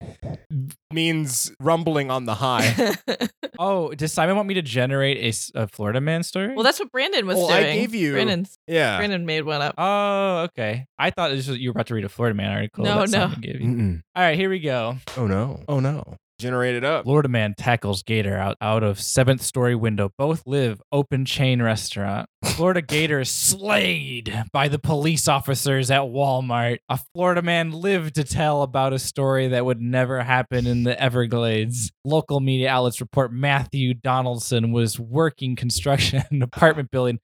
S1: means rumbling on the high.
S2: well,
S3: Oh, does Simon want me to generate a s- a, Florida man story?
S2: that's what Brandon was
S1: Well, I
S2: doing.
S1: gave you-
S2: Brandon's,
S1: Yeah.
S2: Brandon made one up.
S3: oh, okay. I thought it was just, you were about to read a Florida man article.
S2: No,
S3: that
S2: no.
S3: Simon gave you.
S1: Mm-mm.
S3: All right, here we go.
S1: Oh no. Oh no. Generate it up.
S3: Florida man tackles gator out, out of seventh story window. Both live open chain restaurant. Florida gator is slayed by the police officers at Walmart. A Florida man lived to tell about a story that would never happen in the Everglades. Local media outlets report Matthew Donaldson was working construction in an apartment building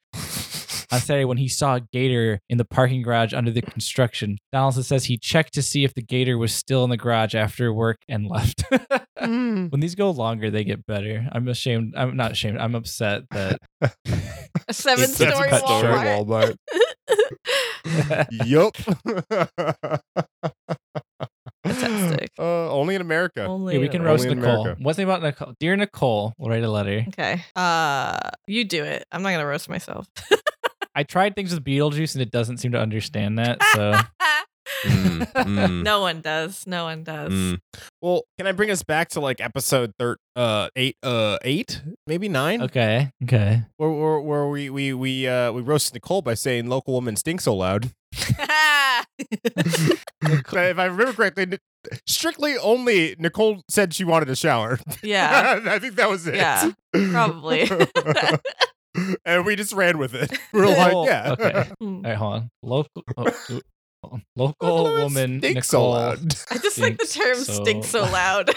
S3: on Saturday when he saw a gator in the parking garage under the construction. Donaldson says he checked to see if the gator was still in the garage after work and left.
S1: Mm.
S3: when these go longer, they get better. I'm ashamed. I'm not ashamed. I'm upset that
S2: A seven
S1: It's- that's
S2: story
S1: about
S2: wall.
S1: story
S3: Walmart.
S1: yup.
S2: Fantastic.
S1: Uh, only in America.
S2: Only
S3: Hey, we
S2: in
S3: can
S2: America.
S3: roast
S1: Only in
S3: Nicole.
S1: America.
S3: One thing about Nicole, dear Nicole, we'll write a letter.
S2: Okay. Uh, you do it. I'm not gonna roast myself.
S3: I tried things with Beetlejuice and it doesn't seem to understand that. So
S1: Mm, mm,
S2: no one does. No one does.
S1: mm. Well, can I bring us back to like episode thir- uh, eight, uh, eight, maybe nine,
S3: okay, okay.
S1: where, where, where we we we uh, we roasted Nicole by saying local woman stinks so loud. Mm. But if I remember correctly, Ni- strictly only Nicole said she wanted a shower.
S2: yeah.
S1: I think that was it.
S2: Yeah, probably.
S1: and we just ran with it. We were like,
S3: Oh,
S1: yeah.
S3: Okay.
S2: Hmm.
S3: All right, hold on. Local, oh, ooh, hold on. local
S1: Local woman
S3: woman Nicole.
S1: stinks so loud.
S2: I just like the term
S3: Stinks
S2: stinks so
S3: so-
S2: loud.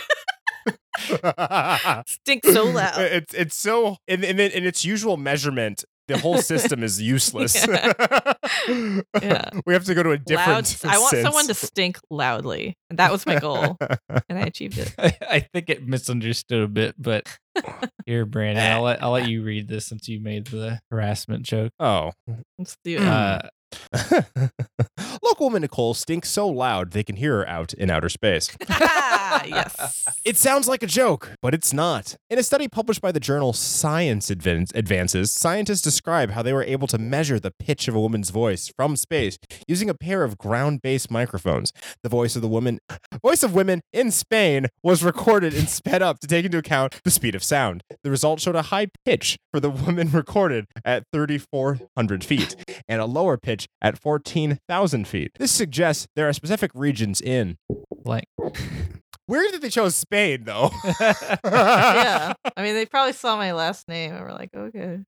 S2: stinks so loud.
S1: It's it's so in in, in its usual measurement, the whole system is useless.
S2: Yeah.
S1: we have to go to a different.
S2: Loud. I want
S1: sense.
S2: someone to stink loudly. And that was my goal. and I achieved it.
S3: I, I think it misunderstood a bit, but here, Brandon, I'll let, I'll let you read this since you made the harassment joke.
S1: Oh.
S2: Let's do it.
S3: Uh,
S1: Local woman Nicole stinks so loud they can hear her out in outer space.
S2: Ah, yes.
S1: It sounds like a joke, but it's not. In a study published by the journal Science Advan- Advances, scientists describe how they were able to measure the pitch of a woman's voice from space using a pair of ground-based microphones. The voice of the woman, voice of women in Spain was recorded and sped up to take into account the speed of sound. The result showed a high pitch for the woman recorded at 3400 feet and a lower pitch at 14,000 feet. This suggests there are specific regions in
S3: like,
S1: Weird that they chose Spain, though.
S2: yeah. I mean, they probably saw my last name and were like, okay.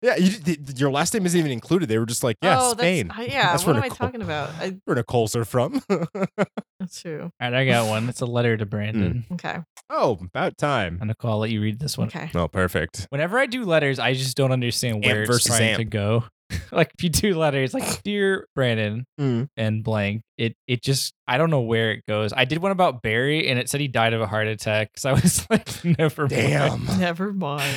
S1: Yeah, you, th- th- your last name isn't even included. They were just like, yeah,
S2: oh,
S1: Spain.
S2: That's, uh, yeah.
S1: That's
S2: what
S1: where
S2: am I
S1: Nicole-
S2: talking about? I,
S1: Where Nicole's are from.
S2: that's true.
S3: all right, I got one. It's a letter
S1: Mm.
S3: to Brandon.
S2: Okay.
S1: oh, about time.
S3: And Nicole, I'll let you read this one.
S2: Okay.
S1: Oh, perfect.
S3: Whenever I do letters, I just don't understand where it's
S1: versus
S3: trying
S1: amp.
S3: to go. like, if you do letters, like, dear Brandon,
S1: Mm.
S3: and blank. It it just I don't know where it goes. I did one about Barry and it said he died of a heart attack. So I was like, never mind.
S1: Damn. Um,
S2: Never mind.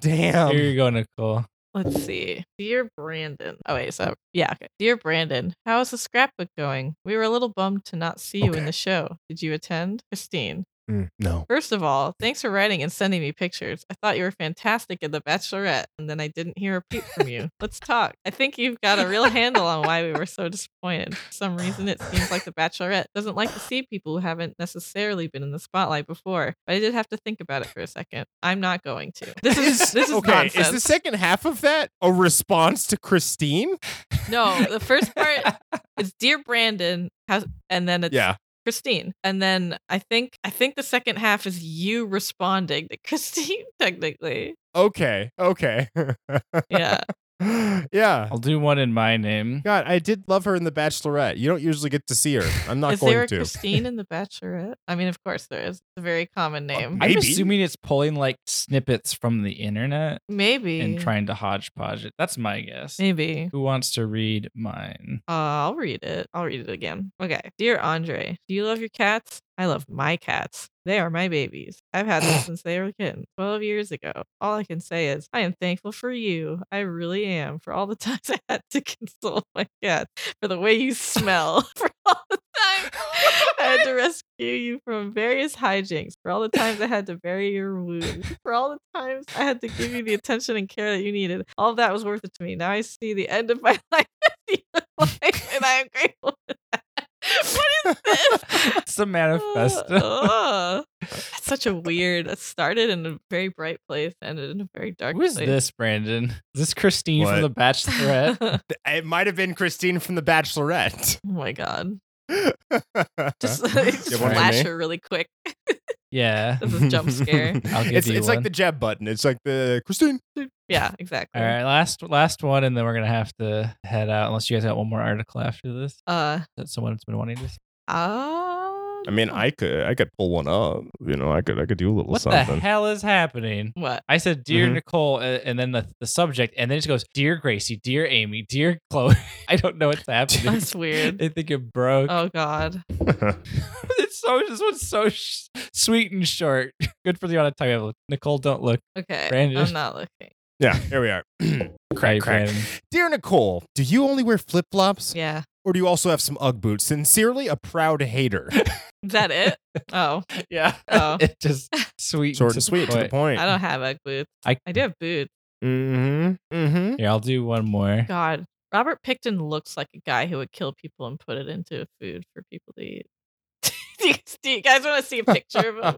S1: Damn.
S3: Here you go, Nicole.
S2: Let's see. Dear Brandon. Oh, wait. So, yeah. Okay. Dear Brandon, how is the scrapbook going? We were a little bummed to not see you in
S1: Okay.
S2: the show. Did you attend? Christine.
S1: Mm, no.
S2: First of all, thanks for writing and sending me pictures. I thought you were fantastic at The Bachelorette, and then I didn't hear a peep from you. Let's talk. I think you've got a real handle on why we were so disappointed. For some reason, it seems like The Bachelorette doesn't like to see people who haven't necessarily been in the spotlight before. But I did have to think about it for a second. I'm not going to. This is this is
S1: okay.
S2: nonsense.
S1: Is the second half of that a response to Christine?
S2: no, the first part is dear Brandon, has, and then it's
S1: yeah.
S2: Christine. And then I think I think the second half is you responding to Christine. Technically,
S1: Okay. Okay.
S2: yeah.
S1: yeah.
S3: I'll do one in my name.
S1: God, I did love her in The Bachelorette. You don't usually get to see her. I'm not
S2: is
S1: going
S2: there a
S1: to.
S2: Christine in The Bachelorette? I mean, of course there is. It's a very common name.
S1: I-
S3: I'm
S1: Maybe.
S3: assuming it's pulling like snippets from the internet
S2: maybe.
S3: and trying to hodgepodge it. That's my guess.
S2: maybe.
S3: Who wants to read mine?
S2: Uh, I'll read it. I'll read it again. Okay. Dear Andre, do you love your cats? I love my cats. They are my babies. I've had them since they were kittens, 12 years ago. All I can say is, I am thankful for you. I really am for all the times I had to console my cats, for the way you smell, for all the time I had to rescue you from various hijinks, for all the times I had to bury your wounds, for all the times I had to give you the attention and care that you needed. All of that was worth it to me. Now I see the end of my life the other life, and I am grateful for that. What is this?
S3: it's a manifesto.
S2: Uh, that's such a weird. It started in a very bright place, ended in a very dark
S3: Who is
S2: place.
S3: this, Brandon? Is this Christine
S1: What?
S3: from The Bachelorette?
S2: oh
S1: It might have been Christine from The Bachelorette.
S2: my god!
S1: Just
S2: Just, just
S3: one for
S2: flash
S1: me?
S2: her really quick.
S3: yeah.
S2: This is jump scare.
S3: I'll give
S1: it's
S3: you
S1: it's
S3: one.
S1: like the jab button. It's like the Christine.
S2: Yeah, exactly.
S3: All right, last last one, and then we're gonna have to head out. Unless you guys got one more article after this
S2: Uh,
S3: that someone's been wanting to. see.
S2: uh,
S1: I mean, I could I could pull one up. You know, I could I could do a little
S3: What the
S1: something.
S3: hell is happening?
S2: what?
S3: I said, dear
S2: Mm-hmm.
S1: Mhm.
S3: Nicole, a- and then the, the subject, and then it just goes, dear Gracie, dear Amy, dear Chloe. I don't know what's happening.
S2: That's weird.
S3: I think it broke.
S2: Oh god.
S3: it's so this one's so sh- sweet and short. Good for the amount of time we have. left. Nicole, don't look.
S2: Okay,
S3: Brandon.
S2: I'm not looking.
S1: yeah, here we are.
S3: Cry,
S1: crack.
S3: Brandon.
S1: Dear Nicole, do you only wear flip flops,
S2: Yeah,
S1: or do you also have some UGG boots? Sincerely, a proud hater.
S2: is that it? Oh,
S3: Yeah.
S2: Oh.
S3: it just sweet.
S1: Short
S3: to
S1: and
S3: the
S1: sweet to the
S3: point.
S1: point.
S2: I don't have Ugg boots.
S3: I-
S2: I do have boots.
S1: Mm-hmm. Mm-hmm.
S3: Here, I'll do one more.
S2: God, Robert Picton looks like a guy who would kill people and put it into food for people to eat. do, you, do you guys want to see a picture of him?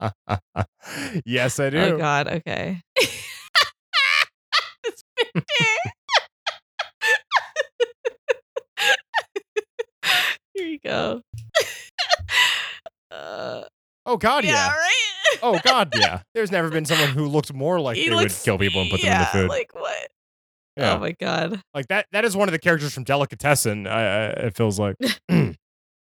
S1: mm-hmm. yes, I do.
S2: Oh God, okay. This picture. Here you go. Uh,
S1: oh God, yeah.
S2: yeah, right.
S1: Oh God, yeah. There's never been someone who looked more like
S2: He
S1: they
S2: looks-
S1: would kill people and put
S2: yeah,
S1: them in the food.
S2: Like what?
S1: yeah,
S2: Oh my God.
S1: like that. That is one of the characters from Delicatessen. I, I, it feels like.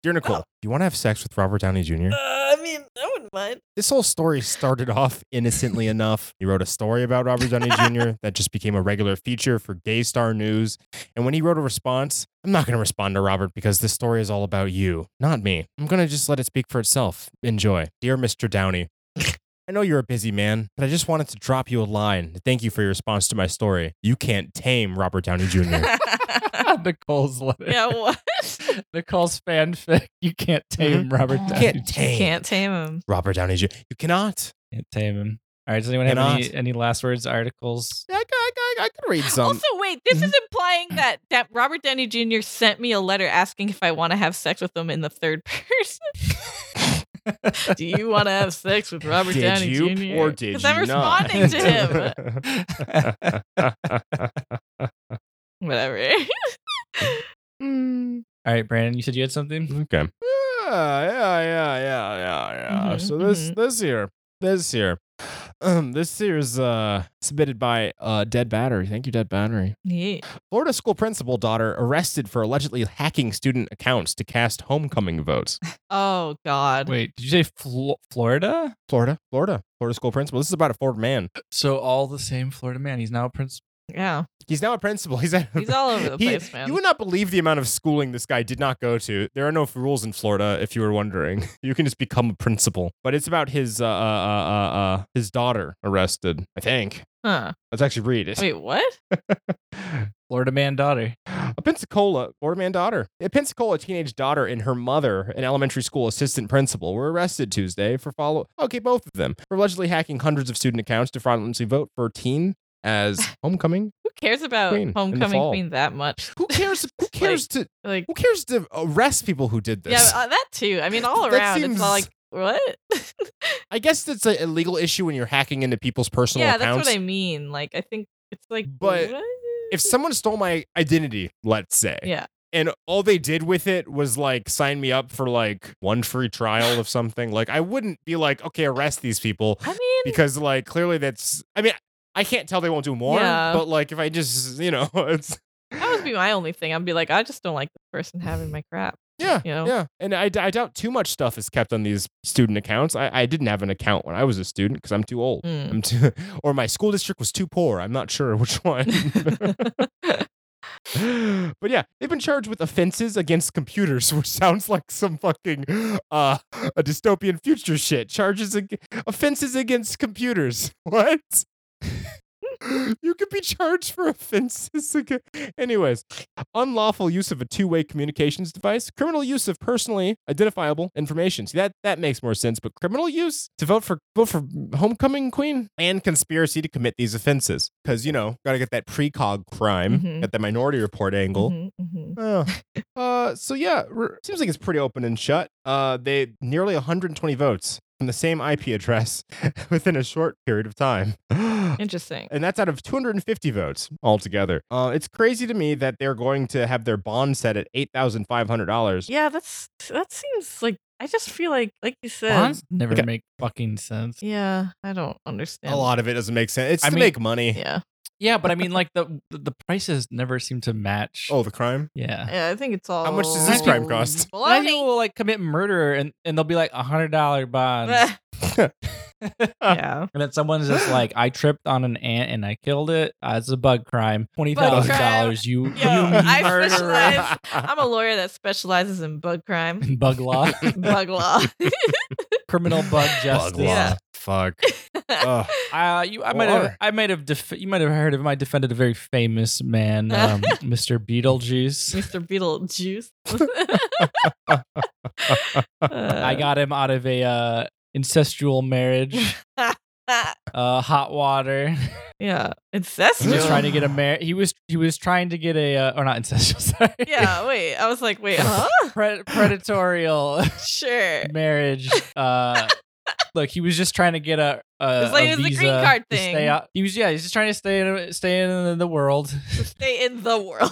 S1: Dear Nicole, do you want to have sex with Robert Downey Jr.?
S2: Uh, I mean, I wouldn't mind.
S1: This whole story started off innocently enough. He wrote a story about Robert Downey Jr. that just became a regular feature for Gay Star News. And when he wrote a response, I'm not going to respond to Robert because this story is all about you, not me. I'm going to just let it speak for itself. Enjoy. Dear Mr. Downey, I know you're a busy man, but I just wanted to drop you a line. to Thank you for your response to my story. You can't tame Robert Downey Jr.
S3: Nicole's letter.
S2: yeah, what?
S3: Nicole's fanfic. You can't tame Robert.
S1: You
S3: Downey.
S1: can't tame
S2: Mm-hmm. Can't tame him.
S1: Robert Downey Jr. You cannot.
S3: Can't tame him. All right. Does anyone have
S1: Cannot.
S3: any, any last words, articles?
S1: I, I, I, I can read some. Mm-hmm.
S2: also, wait, this is implying that, that Robert Denny Jr. sent me a letter asking if I want to have sex with him in the third person. Do you want to have sex with Robert
S1: Did
S2: Downey
S1: you
S2: Jr.?
S1: or did
S2: I'm
S1: you not?
S2: responding to him. Whatever. Mm.
S3: All right, Brandon, you said you had something?
S1: Okay. Yeah, yeah, yeah, yeah, yeah, yeah.
S2: Mhm,
S1: so this
S2: mhm.
S1: this here, this here, um, this here is uh submitted by uh Dead Battery. Thank you, Dead Battery.
S2: Yeah.
S1: Florida school principal daughter arrested for allegedly hacking student accounts to cast homecoming votes.
S2: Oh, God.
S3: Wait, did you say Flo- Florida?
S1: Florida, Florida, Florida school principal. This is about a Florida man.
S3: So all the same Florida man. He's now a principal.
S2: Yeah.
S1: He's now a principal. He's at
S2: He's all over the
S1: He-
S2: place, man.
S1: You would not believe the amount of schooling this guy did not go to. There are no f- rules in Florida, if you were wondering. You can just become a principal. But it's about his uh, uh, uh, uh, uh, his daughter arrested. I think.
S2: huh.
S1: Let's actually read it.
S2: Wait, what?
S3: Florida man daughter.
S1: A Pensacola Florida man daughter. A Pensacola teenage daughter and her mother, an elementary school assistant principal, were arrested Tuesday for follow. Okay, both of them for allegedly hacking hundreds of student accounts to fraudulently vote for a teen as homecoming.
S2: Who cares about
S1: Queen in the
S2: Homecoming
S1: fall.
S2: Queen that much?
S1: Who cares? Who cares to?
S2: Like,
S1: Who cares to arrest people who did this?
S2: yeah, uh, that too. I mean, all
S1: That
S2: around, it's all like,
S1: seems-
S2: what?
S1: I guess that's a a legal issue when you're hacking into people's personal
S2: yeah,
S1: accounts.
S2: that's what I mean. Like, I think it's like,
S1: But
S2: what?
S1: if someone stole my identity, let's say,
S2: Yeah.
S1: and all they did with it was like sign me up for like one free trial of something, like I wouldn't be like, okay, arrest these people
S2: I mean,
S1: because like clearly that's. I mean, I can't tell they won't do more,
S2: Yeah.
S1: but like if I just, you know, it's
S2: That would be my only thing. I'd be like, I just don't like the person having my crap.
S1: yeah,
S2: you know?
S1: yeah. And I, d- I doubt too much stuff is kept on these student accounts. I, I didn't have an account when I was a student because I'm too old.
S2: Mm.
S1: I'm too, or my school district was too poor. I'm not sure which one. but yeah, they've been charged with offenses against computers, which sounds like some fucking uh, a dystopian future shit. Charges ag- offenses against computers. What? you could be charged for offenses again. Anyways, unlawful use of a two-way communications device, criminal use of personally identifiable information. See that that makes more sense. But criminal use to vote for vote for homecoming queen and conspiracy to commit these offenses because you know gotta get that precog crime
S2: Mhm.
S1: at the minority report angle.
S2: Mhm, mhm.
S1: Oh. uh, so yeah, r- seems like it's pretty open and shut. Uh, they nearly 120 votes from the same IP address within a short period of time. and
S2: Interesting.
S1: that's out of 250 votes altogether. Uh, it's crazy to me that they're going to have their bond set at $8,500.
S2: Yeah, that's that seems like I just feel like like you said.
S3: Bonds never
S1: Okay.
S3: make fucking sense.
S2: Yeah, I don't understand.
S1: A lot of it doesn't make sense. It's
S3: I
S1: to
S3: mean-
S1: make money.
S2: Yeah.
S3: Yeah, but I mean, like the the prices never seem to match.
S1: Oh, the crime?
S3: yeah.
S2: Yeah, I think it's all.
S1: much does this crime cost?
S3: A lot of
S2: Baloney.
S3: people will like commit murder and, and they'll be like a hundred dollar bonds,
S2: yeah.
S3: and then someone's just like, I tripped on an ant and I killed it. Uh, it's a bug crime. Twenty thousand dollars. You you
S2: I
S3: murderer.
S2: specialize- I'm a lawyer that specializes in bug crime,
S3: in Bug law,
S2: bug law.
S3: criminal bug justice.
S1: Bug law.
S2: Yeah.
S1: Fuck. Ugh.
S3: Uh, you, I might have,
S1: Or-
S3: I might have, def- you might have heard of him. I defended a very famous man, um, Mr. Beetlejuice.
S2: Mr. Beetlejuice. Uh,
S3: I got him out of a uh, incestual marriage, uh, hot water.
S2: yeah,
S3: he was
S2: incestual.
S3: trying to get a marriage. He was, he was trying to get a, uh, or not incestual. Sorry.
S2: yeah, wait. I was like, wait, huh?
S3: Pre- predatorial
S2: Sure.
S3: marriage. Uh, look, he was just trying to get a. a
S2: It's like
S3: a
S2: it was the green
S3: visa
S2: card
S3: to stay
S2: thing.
S3: out- He was, yeah, he's just trying to stay in, stay in the world.
S2: Stay in the world.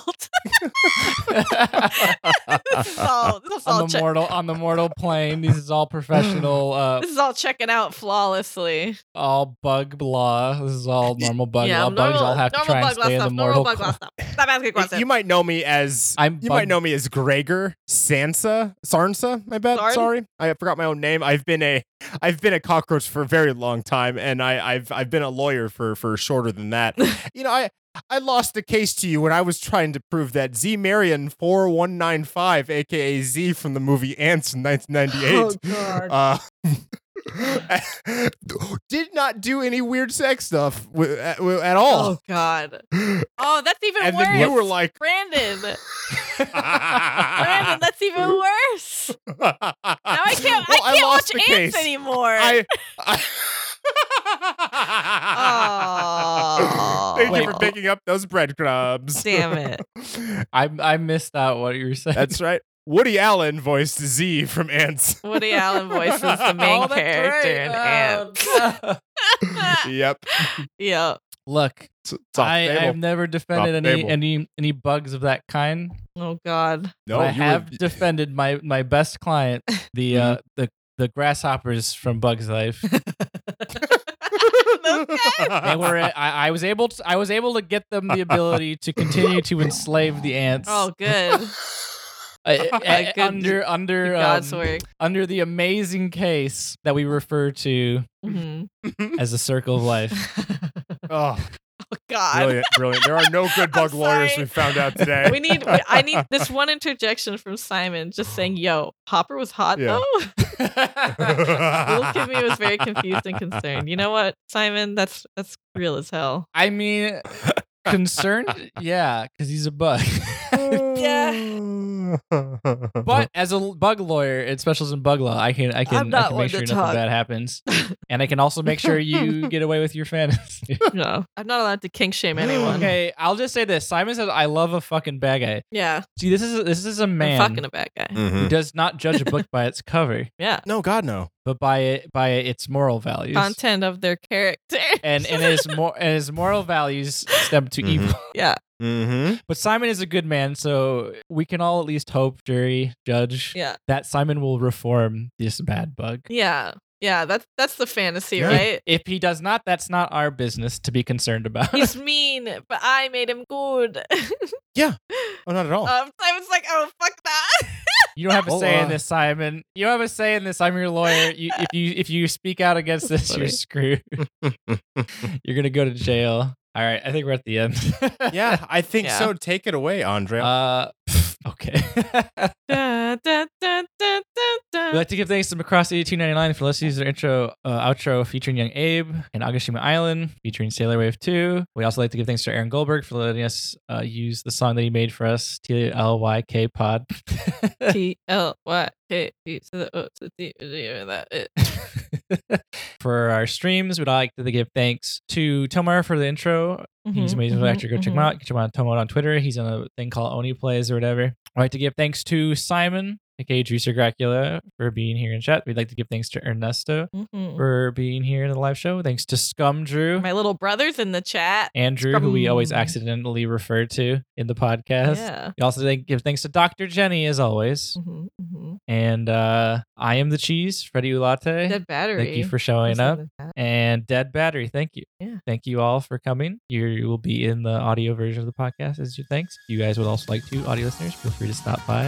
S2: this is all. This is all.
S3: on the
S2: check-
S3: mortal on the mortal plane. This is all professional, uh,
S2: this is all checking out flawlessly.
S3: all bug law. This is all normal bug
S2: yeah,
S3: law. Bugs all have to
S2: normal
S3: try and
S2: bug law
S3: stay in the
S2: stuff, normal
S3: mortal.
S2: bug law
S3: plane.
S2: stuff. Stop asking questions.
S1: You might know me as
S3: I'm
S1: You
S3: bug-
S1: might know me as Gregor Sansa Sarnsa. I bet.
S2: Sarn?
S1: Sorry, I forgot my own name. I've been a I've been a cockroach for a very long time, and I, I've I've been a lawyer for for shorter than that. you know, I I lost a case to you when I was trying to prove that Z Marion four one nine five, aka Z from the movie Ants in nineteen ninety eight.
S2: Oh, God.
S1: Uh, did not do any weird sex stuff wi- at, wi- at all.
S2: Oh God. Oh, that's even
S1: and
S2: worse.
S1: then you were like,
S2: Brandon. Brandon, that's even worse.
S1: now
S2: Now I can't. I can't watch ants anymore.
S1: I,
S2: Oh.
S1: Thank you
S3: Wait.
S1: for picking up those breadcrumbs.
S2: Damn it.
S3: I I missed out what you were saying.
S1: That's right. Woody Allen voiced Z from Ants.
S2: Woody Allen voices the main
S3: Oh, that's
S2: character
S3: right.
S2: in
S3: Oh,
S2: Ants.
S3: no.
S2: Ah.
S1: yep.
S2: yeah.
S3: Look,
S1: It's, it's off
S3: I
S1: the
S3: I've
S1: table.
S3: never defended
S1: Off the
S3: any
S1: table.
S3: any any bugs of that kind.
S2: Oh God.
S1: No, you
S3: but I
S1: were- Mm-hmm.
S3: have defended my my best client, the uh, the the grasshoppers from Bugs Life. they were I, I was able to I was able to get them the ability to continue to enslave the ants
S2: Oh, good.
S3: uh, uh,
S2: my good-
S3: under under
S2: God's
S3: um,
S2: work.
S3: under the amazing case that we refer to
S2: Mhm.
S3: as the circle of life.
S1: Oh,
S2: Oh mm-hmm. God.
S1: brilliant, brilliant. There are no good bug lawyers
S2: sorry.
S1: we found out today.
S2: We need. I need this one interjection from Simon, just saying, "Yo, Hopper was hot
S1: Yeah.
S2: though." Little kid me was very confused and concerned. You know what, Simon? That's that's real as hell.
S3: I mean, concerned, yeah, because he's a bug. But as a l- bug lawyer, it specials in bug law. I can I can, I
S2: not
S3: can
S2: one
S3: make sure
S2: to
S3: nothing
S2: talk.
S3: bad happens, and I can also make sure you get away with your fantasy.
S2: No, I'm not allowed to kink shame anyone.
S3: okay, I'll just say this: Simon says, "I love a fucking bad guy."
S2: Yeah,
S3: See, this is this is a man
S2: I'm fucking a bad guy.
S3: who does not judge a book by its cover,
S2: Yeah,
S1: No, God, no.
S3: but by it by its moral values.
S2: content of their character.
S3: And and his more and his moral values stem to
S1: Mhm.
S3: evil.
S2: yeah,
S1: Mm-hmm.
S3: But Simon is a good man, so we can all at least hope, jury, judge,
S2: yeah,
S3: that Simon will reform this bad bug.
S2: yeah. Yeah, that's that's the fantasy,
S1: Yeah.
S2: right?
S3: If he does not, that's not our business to be concerned about.
S2: He's mean, but I made him good.
S1: Oh, not at all.
S2: um, I was like, oh fuck that.
S3: you don't have a
S1: Well,
S3: say
S1: uh,
S3: in this, Simon. You don't have a say in this. I'm your lawyer. You, if you if you speak out against this,
S2: That's
S3: you're screwed. you're gonna go to jail. All right, I think we're at the end.
S1: yeah, I think
S2: Yeah.
S1: so. Take it away, Andrea.
S3: Uh, okay.
S2: Da, da, da, da, da, da.
S3: We'd like to give thanks to Macross 8299 for let's use their intro uh, outro featuring Young Abe and Agashima Island featuring Sailor Wave 2. We'd also like to give thanks to Aaron Goldberg for letting us uh, use the song that he made for us, T L Y K Pod.
S2: T L Y K E to the O to the D to the O, that it.
S3: for our streams, we'd like to give thanks to Tomar for the intro. He's
S2: Mhm,
S3: amazing
S2: mhm,
S3: actor. Go check him
S2: mhm.
S3: out. Get him on Tomar on Twitter. He's on a thing called Oni Plays or whatever. I'd like to give thanks to Simon, aka Juicer Gracula, for being here in chat. We'd like to give thanks to Ernesto
S2: Mhm.
S3: for being here in the live show. Thanks to Scum Drew,
S2: My little brother's in the chat.
S3: Andrew, who we always
S2: Scum.
S3: accidentally refer to in the podcast.
S2: Yeah.
S3: We also thank, give thanks to Dr. Jenny as always.
S2: Mhm, mhm.
S3: And uh, I am the cheese, Freddie Ulate.
S2: Dead battery.
S3: Thank you for
S2: was
S3: showing
S2: in
S3: up.
S2: the chat.
S3: and Dead Battery. Thank you.
S2: Yeah.
S3: Thank you all for coming. You you will be in the audio version of the podcast as your thanks. If you guys would also like to, audio listeners, feel free to stop by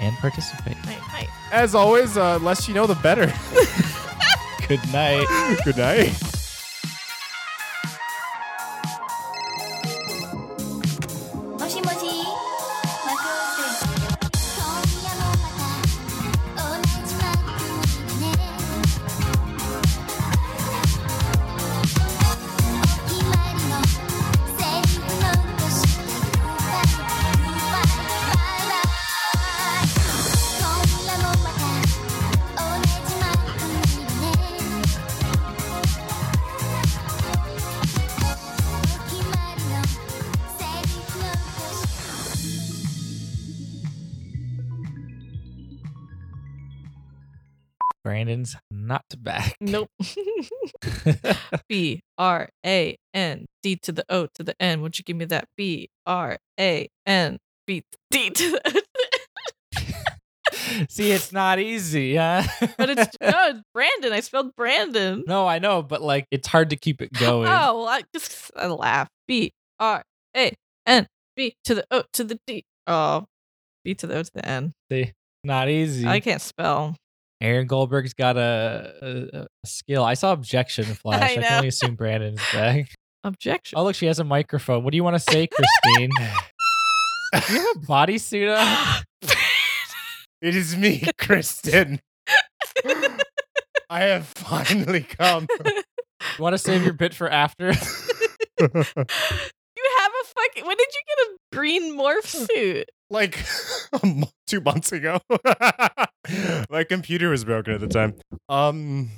S3: and participate.
S2: Night, night.
S1: As always, uh, less you know, the better.
S3: Good night.
S1: Good night.
S5: 「もしもしマクロスです」「今夜もまた同じマックにね」「お決まりのセリフのとしてグーバイグーバイバイバイ」「今夜もまた同じマックにね」「お決まりのセリフのとして」
S3: Brandon's not back.
S2: Nope. B R A N D to the O to the N. Would you give me that? B R A N B D to the O. to the N.
S3: See, it's not easy, huh?
S2: But it's no, it's Brandon. I spelled Brandon.
S3: no, I know, but like it's hard to keep it
S2: Oh,
S3: going.
S2: well, I just I laugh. B R A N B to the O to the D. Oh, B to the O to the N.
S3: See, not easy.
S2: I can't spell.
S3: Aaron Goldberg's got a, a, a skill. I saw objection flash. I, can
S2: know.
S3: only assume Brandon's back.
S2: Objection.
S3: Oh, look, she has a microphone. What do you want to say, Christine? you have a bodysuit on?
S1: It is me, Kristen. I have finally come.
S3: You want to save your bit for after?
S2: you have a fucking. When did you get a green morph suit?
S1: like a mo- two months ago. My computer was broken at the time. Um,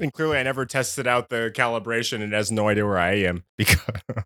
S1: and clearly I never tested out the calibration and has no idea where I am because